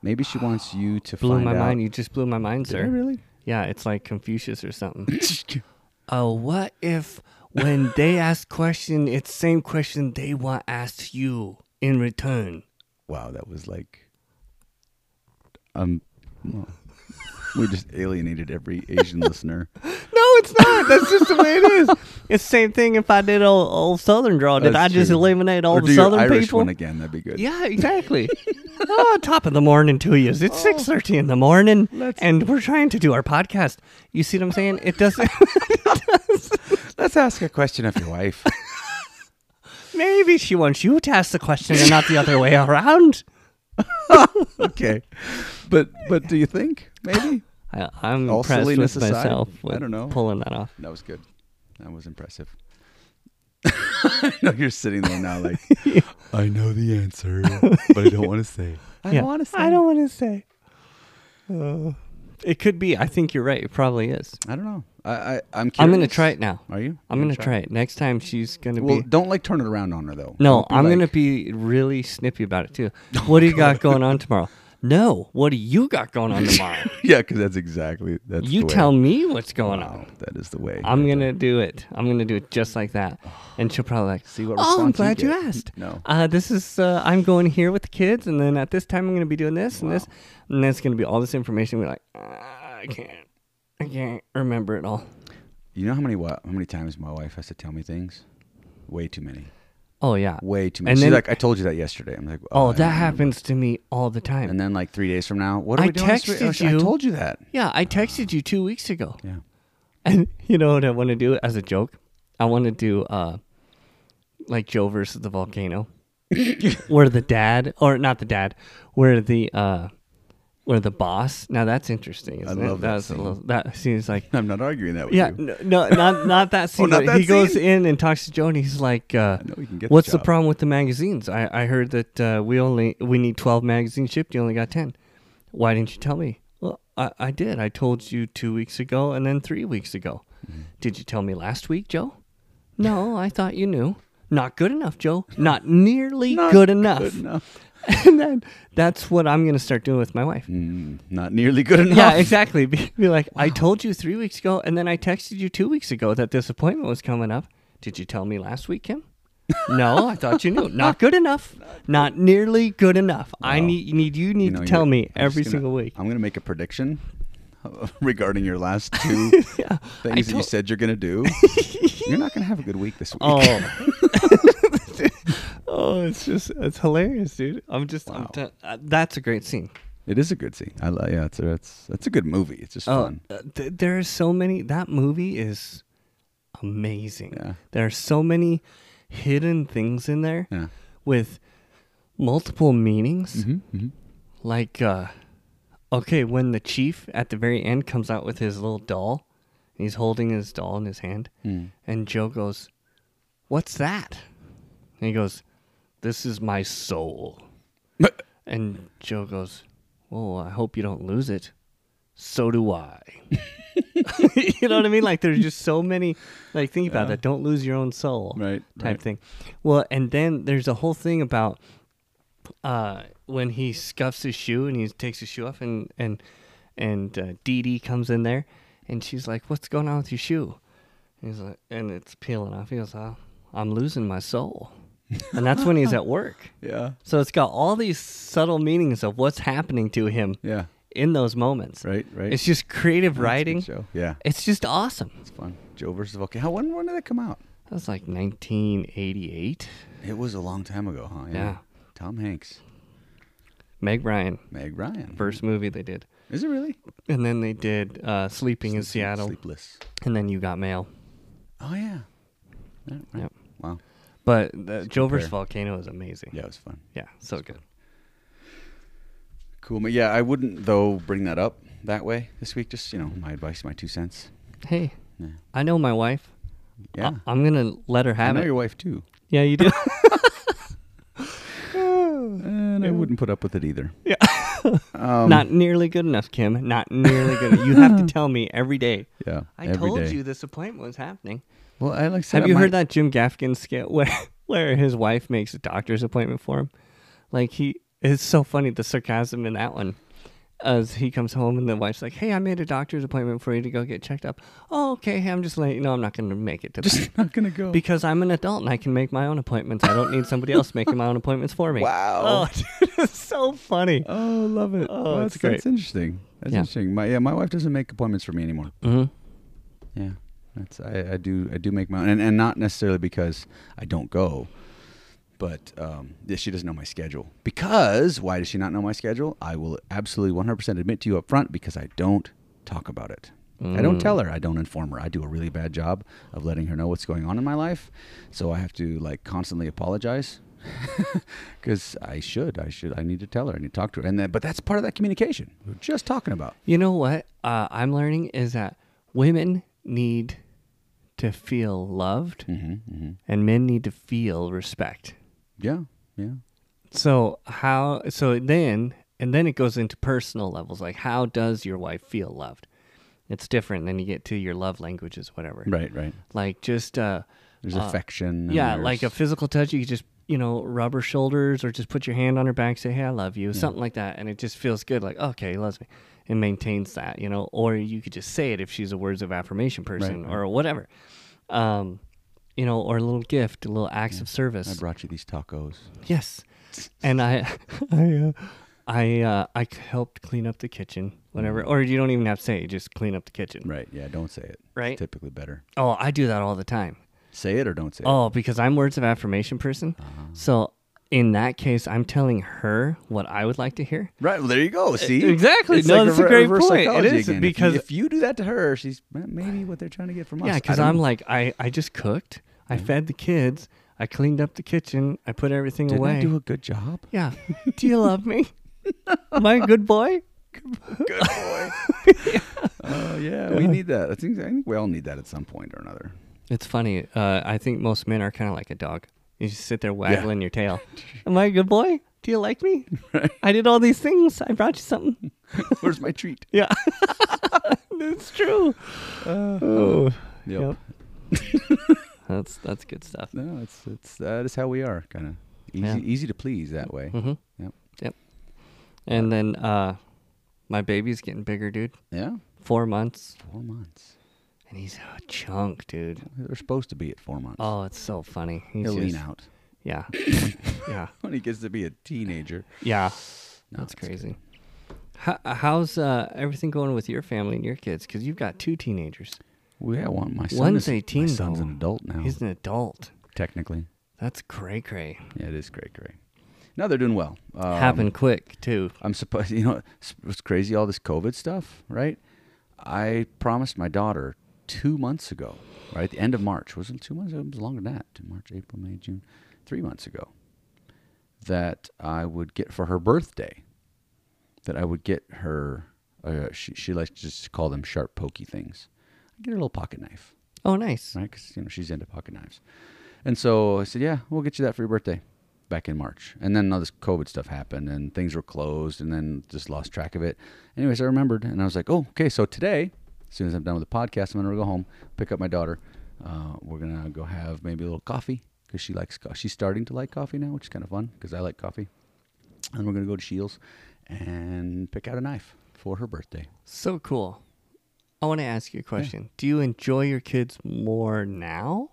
Maybe she wants you to blew find my out. mind you just blew my mind Did sir I really? [LAUGHS] yeah it's like confucius or something oh what if when they ask question it's same question they want asked you in return wow, that was like, um, well, we just alienated every [LAUGHS] Asian listener. No, it's not. That's just the way it is. It's the same thing if I did old, old Southern draw. Did That's I just true. eliminate all or the do Southern your Irish people? one again. That'd be good. [LAUGHS] Yeah, exactly. oh, top of the morning to you. It's six thirty in the morning, Oh. Let's- and we're trying to do our podcast. You see what I'm saying? [LAUGHS] It doesn't. Let's ask a question of your wife. Maybe she wants you to ask the question and not the other way around. [LAUGHS] okay, but but do you think maybe I, I'm All impressed with silliness aside, myself. I With don't know. pulling that off. that was good? That was impressive. [LAUGHS] I know you're sitting there now, [LAUGHS] like I know the answer, but I don't want to say. I Yeah. don't want to say. I don't want to say. Uh, it could be. I think you're right. It probably is. I don't know. I, I I'm. Curious. I'm gonna try it now. Are you? I'm gonna try it next time. She's gonna Well, be. don't like turn it around on her though. No, Don't be I'm like- gonna be really snippy about it [LAUGHS] too. What do you got going on tomorrow? No, what do you got going on tomorrow? [LAUGHS] [LAUGHS] Yeah, because that's exactly that's. you the way. tell me what's going Wow, on. that is the way. I'm gonna do it. I'm gonna do it just like that, and she'll probably like. See what oh, I'm response you glad you, get." asked. No. uh, this is uh, I'm going here with the kids, and then at this time I'm gonna be doing this and this, and that's gonna be all this information. We're like, "Ah, I can't, I can't remember it all. You know how many what? How many times my wife has to tell me things? Way too many. Oh yeah. Way too many. And She's then- like, I told you that yesterday. I'm like, Oh, I that don't remember." happens to me all the time. And then like three days from now, what are I we doing? this week?" Oh, texted I was like, you. I told you that. yeah, I texted you two weeks ago. Yeah. And [LAUGHS] you know what I want to do as a joke? I want to do uh, like Joe versus [LAUGHS] the volcano, where the dad or not the dad, where the uh, where the boss. Now that's interesting. Isn't love it? that was a scene. little, that seems like I'm not arguing that with yeah, you. Oh, no, no, not [LAUGHS] not that scene. not but that he goes scene? in and talks to Joe, and he's like, uh, know we can get the "What's the, job." problem with the magazines? I, I heard that uh, we only we need twelve magazines shipped. You only got ten. Why didn't you tell me? Well, I, I did. I told you two weeks ago, and then three weeks ago. Mm-hmm. Did you tell me last week, Joe? No, I thought you knew. Not good enough, Joe. Not nearly Not good [LAUGHS] enough. Good enough. [LAUGHS] and then that's what I'm gonna start doing with my wife. Mm, not nearly good enough. [LAUGHS] Yeah, exactly. Be, be like, I told you three weeks ago, and then I texted you two weeks ago that this appointment was coming up. Did you tell me last [LAUGHS] week, Kim? no, I thought you knew. Not good enough. Not nearly good enough. I Wow. need need you need know, to tell you're- me I'm every just gonna- [LAUGHS] single week. I'm going to make a prediction [LAUGHS] regarding your last [LAUGHS] two Yeah. things that you told- said you're going to [LAUGHS] do. you're not going to have a good week this week. Oh. [LAUGHS] oh, it's just it's hilarious, dude. I'm just I'm Wow. t- uh, that's a great scene. It is a good scene. I li- yeah, it's a, that's that's a good movie. It's just Oh, fun. uh, th- there are so many. That movie is amazing. Yeah. There are so many hidden things in there Yeah. with multiple meanings. mhm. Like, uh, okay, when the chief at the very end comes out with his little doll, and he's holding his doll in his hand, Mm. and Joe goes, "What's that?" And he goes, "This is my soul." But- And Joe goes, "Well, I hope you don't lose it." So do I. [LAUGHS] you know what I mean? Like there's just so many like think about that. Don't lose your own soul. Right, Type right. thing. Well, and then there's a whole thing about uh when he scuffs his shoe and he takes his shoe off and and and uh, Dee Dee comes in there and she's like, "What's going on with your shoe?" He's like, and it's peeling off. He goes, oh, "I'm losing my soul," and that's when he's [LAUGHS] at work. Yeah. So it's got all these subtle meanings of what's happening to him Yeah. in those moments. Right, right. It's just creative writing. Show. Yeah. It's just awesome. It's fun. Joe versus Volcano. How when when did that come out? That was like 1988. It was a long time ago, huh? Yeah. Tom Hanks, Meg Ryan, Meg Ryan. first movie they did, Is it really? and then they did uh, Sleeping in Seattle, Sleepless. and then You Got Mail. Oh yeah. Yeah, right. Yep. Wow. But the Joe vs. compare. Volcano is amazing. Yeah, it was fun. yeah, so good. Cool. But yeah, I wouldn't though bring that up that way this week. Just you know, my advice, my two cents. Hey, Yeah. I know my wife. Yeah. Uh, I- am gonna let her I have know it. your wife too. Yeah, [LAUGHS] you do. And I wouldn't put up with it either. Um, Not nearly good enough, Kim. Not nearly good. [LAUGHS] you have to tell me every day. Yeah. I every told day. you this appointment was happening. Well, I like. Have you heard that Jim Gaffigan skit where [LAUGHS] where his wife makes a doctor's appointment for him? Like he, it's so funny the sarcasm in that one. As he comes home and the wife's like, "Hey, I made a doctor's appointment for you to go get checked up." Oh, okay. Hey, I'm just letting you know I'm not going to make it to that [LAUGHS] Not gonna go. [LAUGHS] because I'm an adult and I can make my own appointments. I don't need somebody else making my own appointments for me. Wow. Oh, [LAUGHS] dude, it's so funny. oh, love it. Oh, Well, it's that's great. that's interesting. That's Yeah. interesting. My yeah, my wife doesn't make appointments for me anymore. hmm Yeah, that's I, I do I do make my own, and, and not necessarily because I don't go, but um, yeah, she doesn't know my schedule. Because why does she not know my schedule? I will absolutely one hundred percent admit to you up front because I don't talk about it. I don't Mm. tell her. I don't inform her. I do a really bad job of letting her know what's going on in my life, so I have to like constantly apologize. [LAUGHS] Because I should, I should, I need to tell her, I need to talk to her, and then, but that's part of that communication. We We're just talking about. You know what uh, I'm learning is that women need to feel loved and men need to feel respect. Mm-hmm, Yeah, yeah, So how so then and then it goes into personal levels like how does your wife feel loved? It's different then you get to your love languages whatever. right, right. Like just uh There's affection. and yeah, like a there's- physical touch you could just you know rub her shoulders or just put your hand on her back say hey I love you something like that and it just feels good like okay he loves me and maintains that you know or you could just say it if she's a words of affirmation person right. or whatever um you know or a little gift a little acts of service I brought you these tacos. Yes, and I, [LAUGHS] I, uh, I, uh, I c- helped clean up the kitchen whenever, or you don't even have to say, it, you just clean up the kitchen. Right. Yeah. Don't say it. Right. It's typically better. Oh, I do that all the time. Say it or don't say it. Oh, because I'm words of affirmation person. Uh-huh. So in that case, I'm telling her what I would like to hear. Right. Well, there you go. See. E, exactly. No, that's a re- great reverse point. It psychology is, again. If you- because- if you, do that to her, she's well, maybe what they're trying to get from us. Yeah, I because don't I'm know. like, I, I just cooked, I fed the kids, I cleaned up the kitchen, I put everything Didn't away. I do a good job? [LAUGHS] yeah. do you love me? Am I a good boy? Good boy. Oh yeah, we need that. I think I think we all need that at some point or [LAUGHS] another. It's funny. Uh, I think most men are kind of like a dog. You just sit there waggling your tail. [LAUGHS] Am I a good boy? Do you [LAUGHS] like me? I did all these things. I brought you something. Where's my treat? Yeah, it's true. oh, Yep. Yep. that's that's good stuff. No, it's it's that is how we are, kind of easy Yeah. Mm. easy to please that way. Yep. Mm-hmm. Yep. And then uh, my baby's getting bigger, dude. Yeah. Four months, Four months. and he's a chunk, dude. They're supposed to be at four months. Oh, it's so funny. He's He'll lean just- out [LAUGHS] Yeah, yeah. when he gets to be a teenager. Yeah. No, That's it's good. crazy. How, how's uh, everything going with your family and your kids? Because you've got two teenagers. Well, yeah, one. My son is, One's 18. My son's though. an adult now, He's an adult. technically. That's cray cray. Yeah, it is great, great. No, they're doing well. Um, Happened quick, too. I'm supposed. [LAUGHS] You know, it's- it's crazy. All this COVID stuff, right? I promised my daughter two months ago, right at the end of March. Wasn't two months. It was longer than that. March, April, May, June, three months ago, that I would get for her birthday. That I would get her. Uh, she she likes to just call them sharp, pokey things. I get her a little pocket knife. Oh, nice. right? Because you know she's into pocket knives. And so I said, "Yeah, we'll get you that for your birthday." Back in March, and then all this COVID stuff happened, and things were closed, and then just lost track of it. Anyways, I remembered, and I was like, "Oh, okay." So today, as soon as I'm done with the podcast, I'm gonna go home, pick up my daughter. Uh, we're gonna go have maybe a little coffee because she likes. Co- she's starting to like coffee now, which is kind of fun because I like coffee. And we're gonna go to Shields and pick out a knife for her birthday. So cool. I want to ask you a question. Do you enjoy your kids more now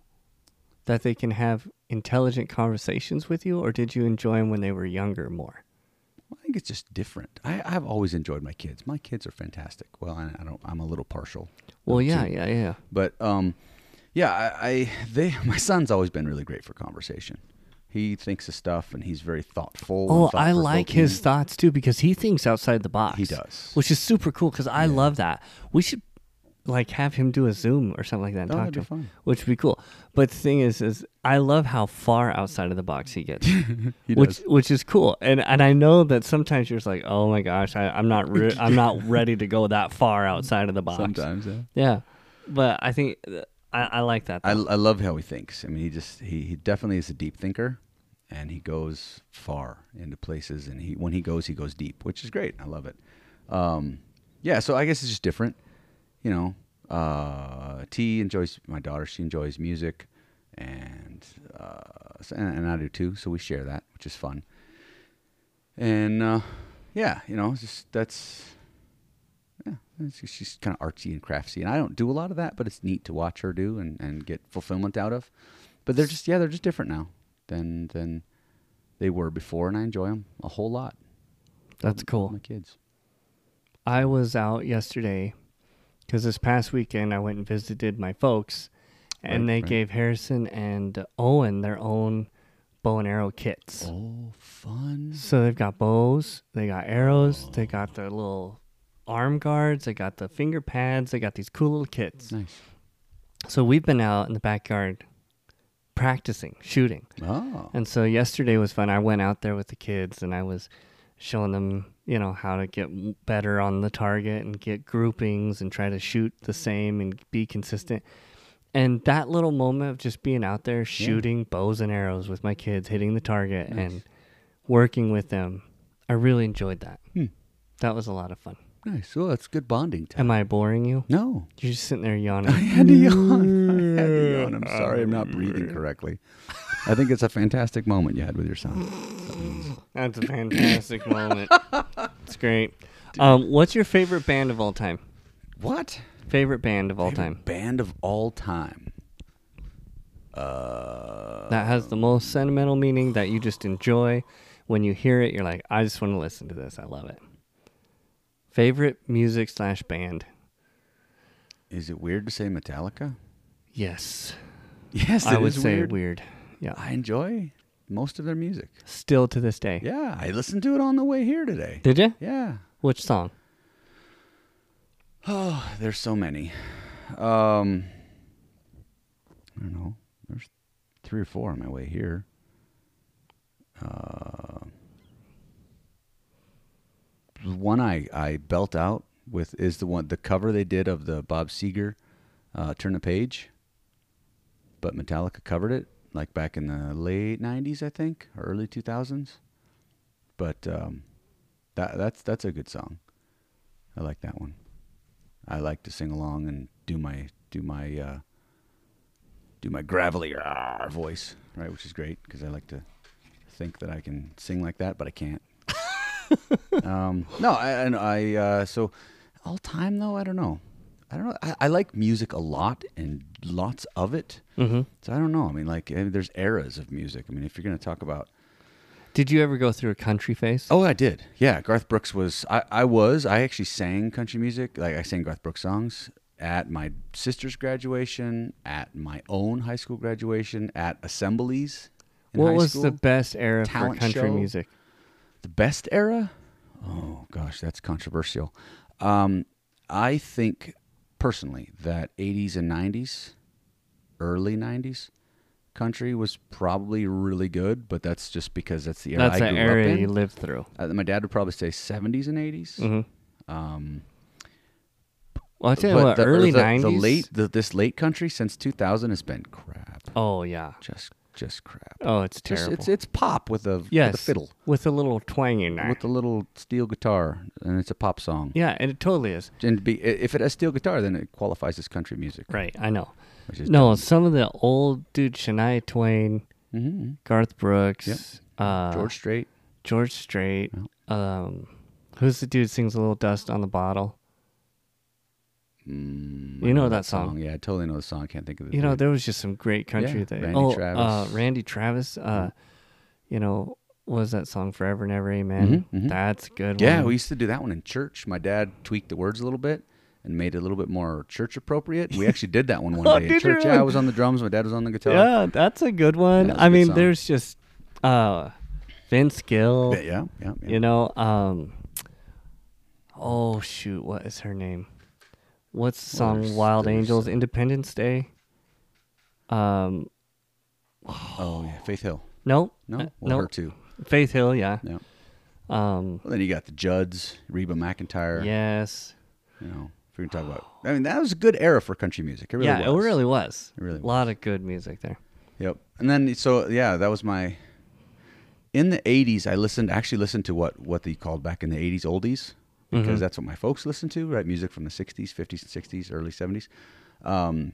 that they can have intelligent conversations with you, or did you enjoy them when they were younger more? Oh, I think it's just different. I, I've always enjoyed my kids. My kids are fantastic. Well, I, I don't. I'm a little partial, Well, yeah, yeah, yeah. [LAUGHS] but um, yeah. I, I they my son's always been really great for conversation. He thinks of stuff and he's very thoughtful. and Oh, I like thought-provoking. his thoughts too because he thinks outside the box. He does. which is super cool because I love that. We should like have him do a Zoom or something like that and Oh, talk that'd to be him, fun. which would be cool. But the thing is, is I love how far outside of the box he gets, [LAUGHS] He does. which which is cool. And and I know that sometimes you're just like, oh my gosh, I, I'm not re- [LAUGHS] I'm not ready to go that far outside of the box. Sometimes, yeah. yeah. But I think uh, I, I like that. I, though. I love how he thinks. I mean, he just he, he definitely is a deep thinker, and he goes far into places. And he when he goes, he goes deep, which is great. I love it. Um, yeah, so I guess it's just different. You know, uh, T enjoys my daughter. She enjoys music, and uh, s- and, and I do too. So we share that, which is fun. And uh, yeah, you know, it's just that's yeah, it's- she's kind of artsy and craftsy, and I don't do a lot of that, but it's neat to watch her do and, and get fulfillment out of. But they're just yeah, they're just different now than than they were before, and I enjoy them a whole lot. That's cool. My kids. I was out yesterday because this past weekend I went and visited my folks, and Right, they right. gave Harrison and Owen their own bow and arrow kits. Oh, fun! So they've got bows, they got arrows, they got their little arm guards, they got the finger pads, they got these cool little kits. Nice. So we've been out in the backyard practicing shooting. Oh, And so yesterday was fun. I went out there with the kids and I was showing them, you know, how to get m- better on the target and get groupings and try to shoot the same and be consistent. And that little moment of just being out there shooting bows and arrows with my kids, hitting the target and working with them, I really enjoyed that. Hmm. That was a lot of fun. nice. Oh, that's good bonding time. Am I boring you? No, You're just sitting there I [LAUGHS] yawning. had to [LAUGHS] yawn. I had to yawn. I'm sorry, I'm not breathing correctly. I think it's a fantastic moment you had with your son. That's a fantastic moment. It's great. Um, what's your favorite band of all time? What? Favorite band of all time Band of all time. that has the most sentimental meaning that you just enjoy. When you hear it, you're like, I just want to listen to this. I love it. Favorite music slash band? Is it weird to say Metallica? Yes, Yes, I it would is say weird. weird. Yeah, I enjoy most of their music. still to this day. Yeah, I listened to it on the way here today. Did you? Yeah. Which song? Oh, there's so many. Um I don't know. There's three or four on my way here. Uh the one I, I belt out with is the one the cover they did of the Bob Seger uh, Turn the Page. But Metallica covered it like back in the late 90s I think, or early 2000s. But um that that's that's a good song. I like that one. I like to sing along and do my do my uh, do my gravelly "Arr" voice, right? Which is great because I like to think that I can sing like that, but I can't. um, no, I and I uh, so all time though I don't know. I don't know. I, I like music a lot and lots of it. Mm-hmm. So I don't know. I mean, like eh, there's eras of music. I mean, if you're gonna talk about Did you ever go through a country phase? Oh, I did. Yeah, Garth Brooks was. I, I was. I actually sang country music. Like I sang Garth Brooks songs at my sister's graduation, at my own high school graduation, at assemblies. In what high was school. the best era Talent for country show. music? the best era? Oh gosh, that's controversial. Um, I think personally that 80s and 90s, early 90s. Country was probably really good, but that's just because that's the era That's I the grew era up in. you lived through. Uh, my dad would probably say 70s and 80s. Mhm. Um, Well, I tell you what, the, early the, '90s. the late, the, this late country since 2000 has been crap. Oh yeah. Just, just crap. Oh, it's Just, terrible. it's it's pop with a yes, with a fiddle with a little twang in there. with a little steel guitar, and it's a pop song. yeah, and it totally is. And be, i- if it has steel guitar, then it qualifies as country music. Right, I know. Which is No, some of the old dude, Shania Twain, hmm Garth Brooks, uh, George Strait. George Strait. Um, who's the dude sings a little dust on the bottle? Mm, you I know that song. Yeah, I totally know the song. I can't think of the You know, name. there was just some great country Yeah, that Randy oh, Travis. Uh, Randy Travis. Uh, you know, what was that song "Forever and Ever Amen"? Mhm, mhm. That's a good. Yeah, one. we used to do that one in church. My dad tweaked the words a little bit and made it a little bit more church appropriate. We actually did that [LAUGHS] one one Oh, day did in you church. Yeah, I really? was on the drums. My dad was on the guitar. yeah, that's a good one. That was a I good mean, song. there's just uh, Vince Gill. Yeah, yeah, yeah. You know, um, oh shoot, what is her name? What's the song? there's- Wild there's- Angels, Independence Day. Um, Oh, yeah. Faith Hill. no, No, uh, well, her too. Faith Hill, yeah. Yeah. Um, Well, then you got the Judds, Reba McIntyre. yes, You know, if we can talk about. I mean, that was a good era for country music. It really yeah, was. it really was. It really a lot of good music there. Yep. And then so yeah, that was my in the eighties I listened actually listened to what what they called back in the eighties oldies. Because that's what my folks listened to, right? Music from the sixties, fifties and sixties, early seventies. Um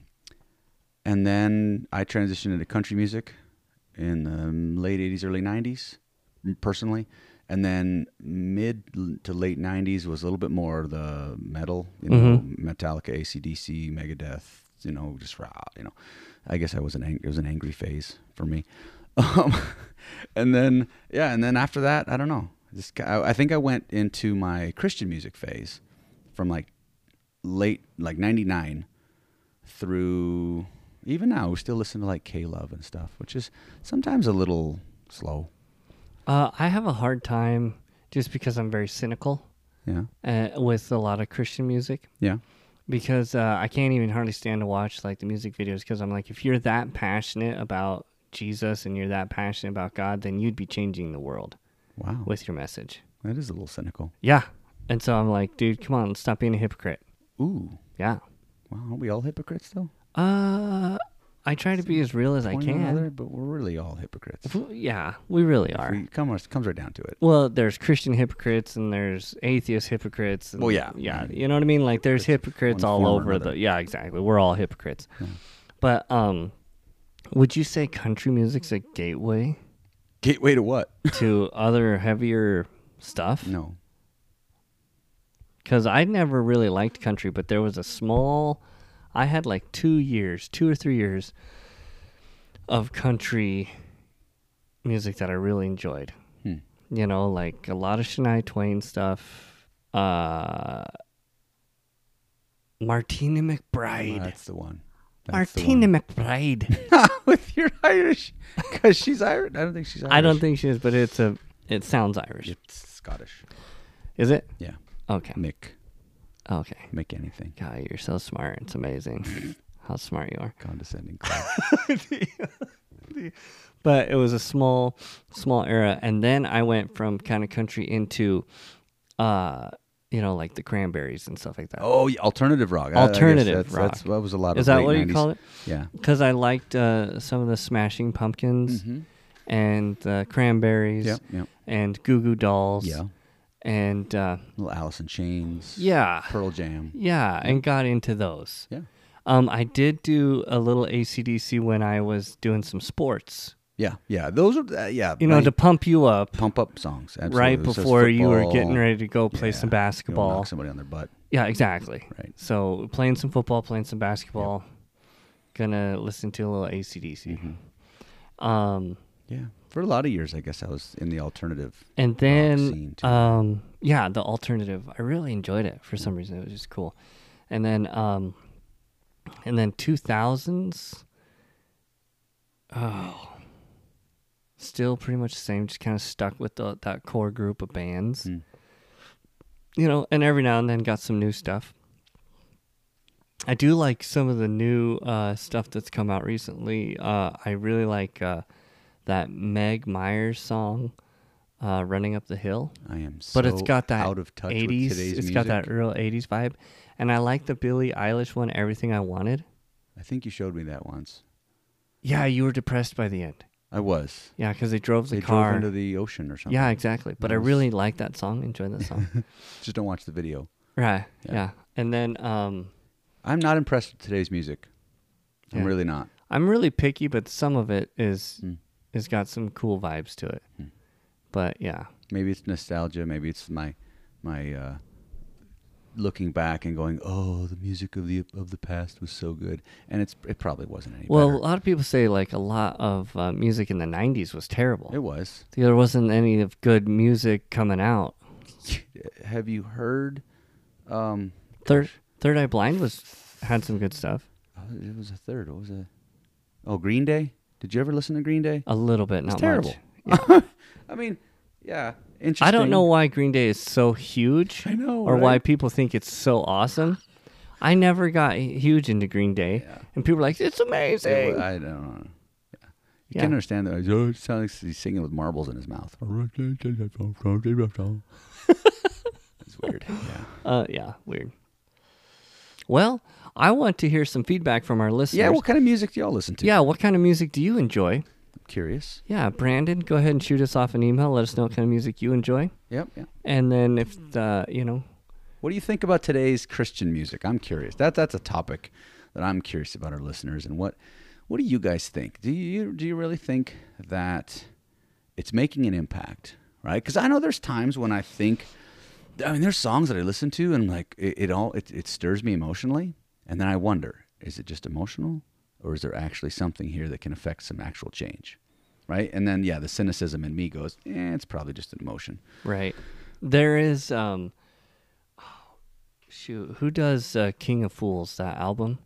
and then I transitioned into country music in the late eighties, early nineties, personally. And then mid to late '90s was a little bit more the metal, you know, Metallica, ACDC, Megadeth, you know, just rah, you know. I guess I was an ang- it was an angry phase for me. [LAUGHS] Um, and then yeah, and then after that, I don't know. Just ki- I, I think I went into my Christian music phase from like late like '99 through even now. We still listen to like K Love and stuff, which is sometimes a little slow. Uh, I have a hard time just because I'm very cynical Yeah, uh, with a lot of Christian music. yeah, because uh, I can't even hardly stand to watch like the music videos because I'm like, if you're that passionate about Jesus and you're that passionate about God, then you'd be changing the world wow. with your message. That is a little cynical. Yeah, and so I'm like, dude, come on, stop being a hypocrite. Ooh, Yeah, wow. Aren't we all hypocrites though? uh, I try to be as real as I One another, can. but we're really all hypocrites. Yeah, we really are. We, come, comes right down to it. Well, there's Christian hypocrites and there's atheist hypocrites. And Well, yeah. yeah, you know what I mean. Like there's hypocrites one all form or over the. another. Yeah, exactly. We're all hypocrites. But um, would you say country music's a gateway Gateway to what? to other heavier stuff? [LAUGHS] no. Because I never really liked country, but there was a small. I had like two years, two or three years, of country music that I really enjoyed. Hmm. You know, like a lot of Shania Twain stuff. Uh, Martina McBride. That's the one. [LAUGHS] That's the Martina [LAUGHS] McBride. one. with your Irish, because she's Irish. I don't think she's Irish. I don't think she is, but it's a. It sounds Irish. it's Scottish. Is it? Yeah, Okay. Mick, Okay. Mick, [LAUGHS] anything God, you're so smart. It's [LAUGHS] amazing how smart you are. condescending. [LAUGHS] but it was a small small era and then i went from kind of country into uh you know like the cranberries and stuff like that oh, yeah, alternative rock. I- I guess Alternative that's, rock. That's, that was a lot. is of that late what 90s. you call it Yeah. because i liked uh, some of the smashing pumpkins and the cranberries Mm-hmm. Yep. Yep. and goo goo dolls Yeah. and uh, Little Alice in Chains. yeah Pearl Jam. yeah and got into those Yeah. um, i did do a little acdc when i was doing some sports Yeah. Yeah. Those are. Uh, yeah. you know nice to pump you up pump up songs. Absolutely. right It was- it was before you were football. getting ready to go play Yeah. some You know, basketball knock somebody on their butt. Yeah, exactly. Right. So playing some football, playing some basketball, gonna listen to a little Mm-hmm. ACDC. Um, Yeah. For a lot of years, I guess I was in the alternative. and scene then, too. um, yeah, the alternative. I really enjoyed it for some reason. It was just cool. And then, um, and then two thousands. Oh, still pretty much the same. Just kind of stuck with the, that core group of bands. Mm. You know, and every now and then got some new stuff. I do like some of the new uh, stuff that's come out recently. Uh, I really like uh, that Meg Myers song, uh, "Running Up the Hill." I am. So but it's got that out of touch 80s. with It's today's music. got that real 80s vibe, and I like the Billie Eilish one, "Everything I Wanted." I think you showed me that once. Yeah, you were depressed by the end. I was. Yeah, because they drove the they car. drove into the ocean or something. yeah, exactly. But I Nice. really like that song. Enjoy [LAUGHS] that song. Just don't watch the video. right. Yeah. Yeah. And then um, I'm not impressed with today's music. I'm Yeah. really not. I'm really picky, but some of it is Mm. has got some cool vibes to it. Hmm. But yeah, Maybe it's nostalgia. Maybe it's my my uh, looking back and going, oh, the music of the of the past was so good, and it's it probably wasn't any well, better. a lot of people say like a lot of uh, music in the '90s was terrible. It was. [LAUGHS] there wasn't any of good music coming out. Have you heard? Um, Third Third Eye Blind was had some good stuff. oh, it was a third. What was it? Oh, Green Day. Did you ever listen to Green Day? A little bit, not terrible. much. I mean, yeah, interesting. I don't know why Green Day is so huge. I know, Or why right? people think it's so awesome. I never got huge into Green Day. And people are like, it's amazing. I don't know. Yeah. You Yeah. can understand that. Oh, it sounds like he's singing with marbles in his mouth. it's [LAUGHS] weird. Yeah. uh, yeah, weird. Well, I want to hear some feedback from our listeners. Yeah. What kind of music do y'all listen to? yeah, what kind of music do you enjoy? I'm curious. Yeah, Brandon, go ahead and shoot us off an email. Let us know what kind of music you enjoy. Yep. Yeah. And then if, uh, you know, What do you think about today's Christian music? I'm curious. That that's a topic that I'm curious about our listeners and what what do you guys think? Do you do you really think that it's making an impact, right? Cuz I know there's times when I think I mean there's songs that I listen to and like it, it all it, it stirs me emotionally and then I wonder, is it just emotional or is there actually something here that can affect some actual change? Right? And then yeah, the cynicism in me goes, eh, it's probably just an emotion. Right. There is um shoot, who does uh, King of Fools that album?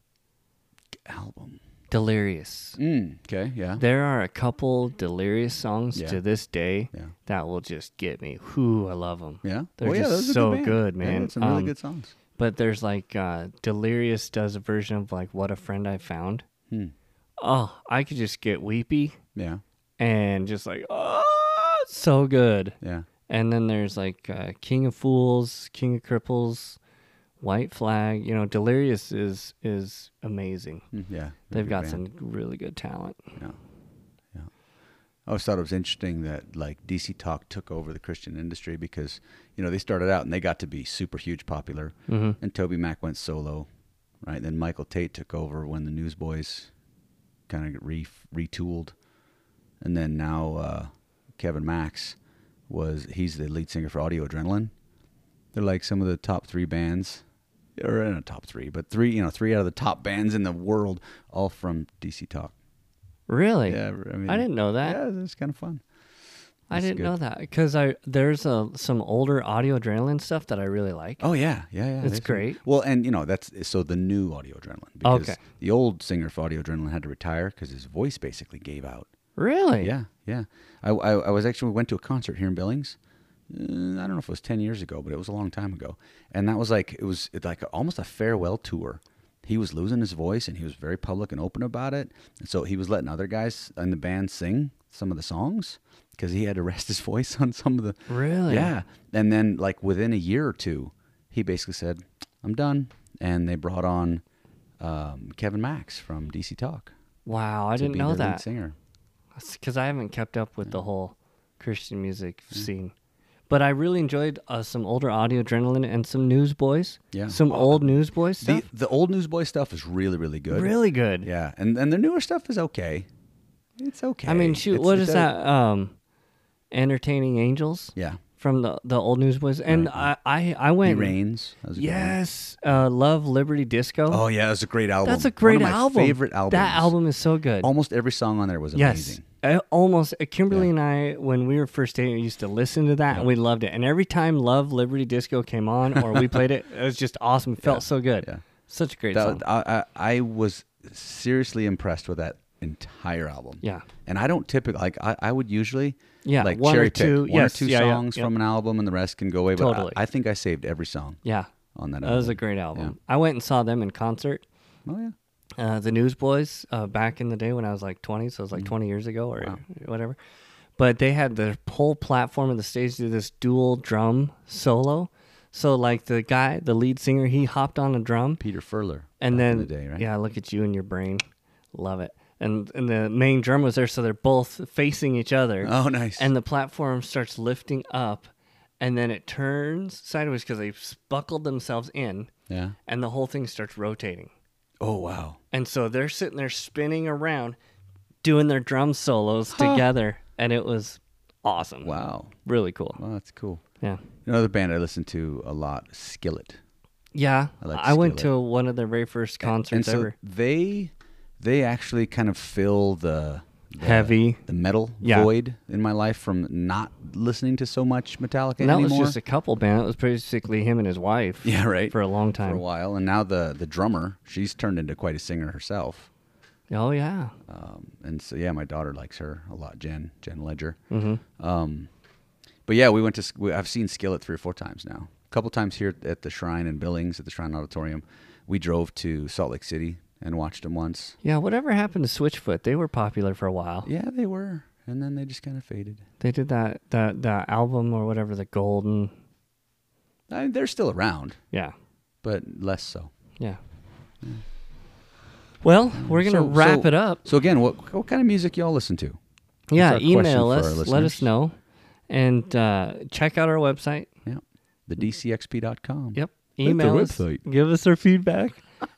Album. Delirious. Mm, okay, yeah. There are a couple Delirious songs Yeah. to this day Yeah. that will just get me. Whoo, I love them. Yeah, They're Well, yeah, just those are so band. good, Yeah, man. it's some really Um, good songs. But there's like uh Delirious does a version of like What a Friend I Found. Hmm. Oh, I could just get weepy Yeah, and just like oh, so good. yeah, And then there's like uh, King of Fools, King of Cripples, White Flag. You know, Delirious is is amazing. Mm, yeah. They've good got band. some really good talent. Yeah, yeah. I always thought it was interesting that like DC Talk took over the Christian industry because you know they started out and they got to be super huge popular, and Toby Mac went solo, right? Then Michael Tate took over when the Newsboys kind of re- retooled, and then now uh, Kevin Max was he's the lead singer for Audio Adrenaline. They're like some of the top three bands, or in a top three, but three you know three out of the top bands in the world, all from DC Talk. Really? Yeah, I mean, I didn't know that. Yeah, it's kind of fun. I that's didn't good. know that because I there's a some older audio adrenaline stuff that I really like. Oh yeah, yeah, yeah. That's there's some- great. Well, and you know that's so the new Audio Adrenaline because Okay. the old singer for Audio Adrenaline had to retire because his voice basically gave out. Really? Yeah, yeah. I, I I was actually went to a concert here in Billings. Uh, I don't know if it was ten years ago, but it was a long time ago, and that was like it was like almost a farewell tour. He was losing his voice, and he was very public and open about it, and so he was letting other guys in the band sing some of the songs because he had to rest his [LAUGHS] voice on some of the Really? yeah. And then like within a year or two, he basically said, "I'm done," and they brought on um, Kevin Max from DC Talk. Wow, I to didn't be know their lead that singer. because I haven't kept up with the whole Christian music scene. But I really enjoyed uh, some older audio adrenaline and some Newsboys. Yeah. Oh, Some old Newsboys The, stuff. the old Newsboy stuff is really, really good. Really good. Yeah. And and the newer stuff is okay. It's okay. I mean, shoot, It's- what it is does- that? Um, entertaining angels. Yeah. From the the old Newsboys, and I, I I He went. Rains. That was a good one. Yes, uh, love Liberty Disco. Oh, yeah. That's a great album. that's a great one of my album. favorite album. That album is so good. Almost every song on there was yes. amazing. I almost uh, Kimberly and I, when we were first dating, used to listen to that, and we loved it. And every time "Love Liberty Disco" came on, or we played it, it was just awesome. It felt so good. yeah. Such a great song. That, I, I, I was seriously impressed with that entire album. Yeah. And I don't typically like I, I would usually Yeah, like one or cherry pick two- one yes, or two yeah, yeah, songs yep. from an album and the rest can go away. But I- Totally. I, think I saved every song yeah, on that, that album. was a great album. I went and saw them in concert. Oh yeah. uh, the Newsboys uh, back in the day when I was like 20, so it was Mm. like 20 years ago or whatever. But they had the whole platform of the stage do this dual drum solo. So like the guy, the lead singer, he hopped on a drum, Peter Furler. and back then in the day, right? yeah, look at you and your brain, love it. And and the main drum was there, so they're both facing each other. Oh, nice. And the platform starts lifting up, and then it turns sideways because they buckled themselves in, Yeah. and the whole thing starts rotating. Oh wow. And so they're sitting there spinning around, doing their drum solos together, and it was awesome. Wow. Really cool. Well, that's cool. Yeah. Another band I listen to a lot, Skillet. Yeah. I, I like went Skillet. to one of their very first concerts and so ever. they they actually kind of fill the, the Heavy. the metal Yeah. void in my life from not listening to so much Metallica And that anymore. was just a couple band. That was basically him and his wife. yeah, right. For a long For time. a while, and now the the drummer, she's turned into quite a singer herself. Oh yeah. Um, and so yeah, my daughter likes her a lot, Jen, Jen Ledger. Mm-hmm. Um, but yeah, we went to. Sk- we- I've seen Skillet three or four times now. A couple times here at the Shrine in Billings at the Shrine Auditorium. We drove to Salt Lake City and watched them once. Yeah. Whatever happened to Switchfoot? They were popular for a while. Yeah, they were, and then they just kind of faded. They did that that that album or whatever the Golden. I mean, they're still around, Yeah. but less so. Yeah. Well, we're gonna So- wrap so- it up. So again, what what kind of music y'all listen to? Yeah, our question email for our us, let us listeners. know, and uh, check out our website. Yeah, the DCXP.com. Yep, the email us, website. give us our feedback,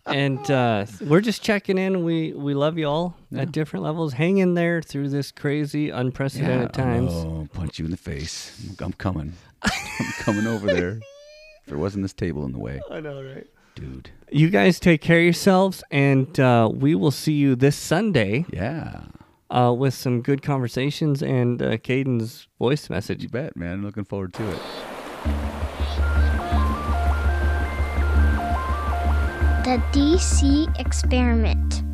and uh, we're just checking in. We we love you all at different levels. Hang in there through this crazy, unprecedented Yeah, I times. know. punch you in the face. I'm- I'm coming. I'm coming over there. If there wasn't this table in the way, [LAUGHS] I know, right? dude. You guys take care of yourselves, and uh, we will see you this Sunday Yeah, uh, with some good conversations and uh, Caden's voice message. you bet, man. Looking forward to it. The DC Experiment.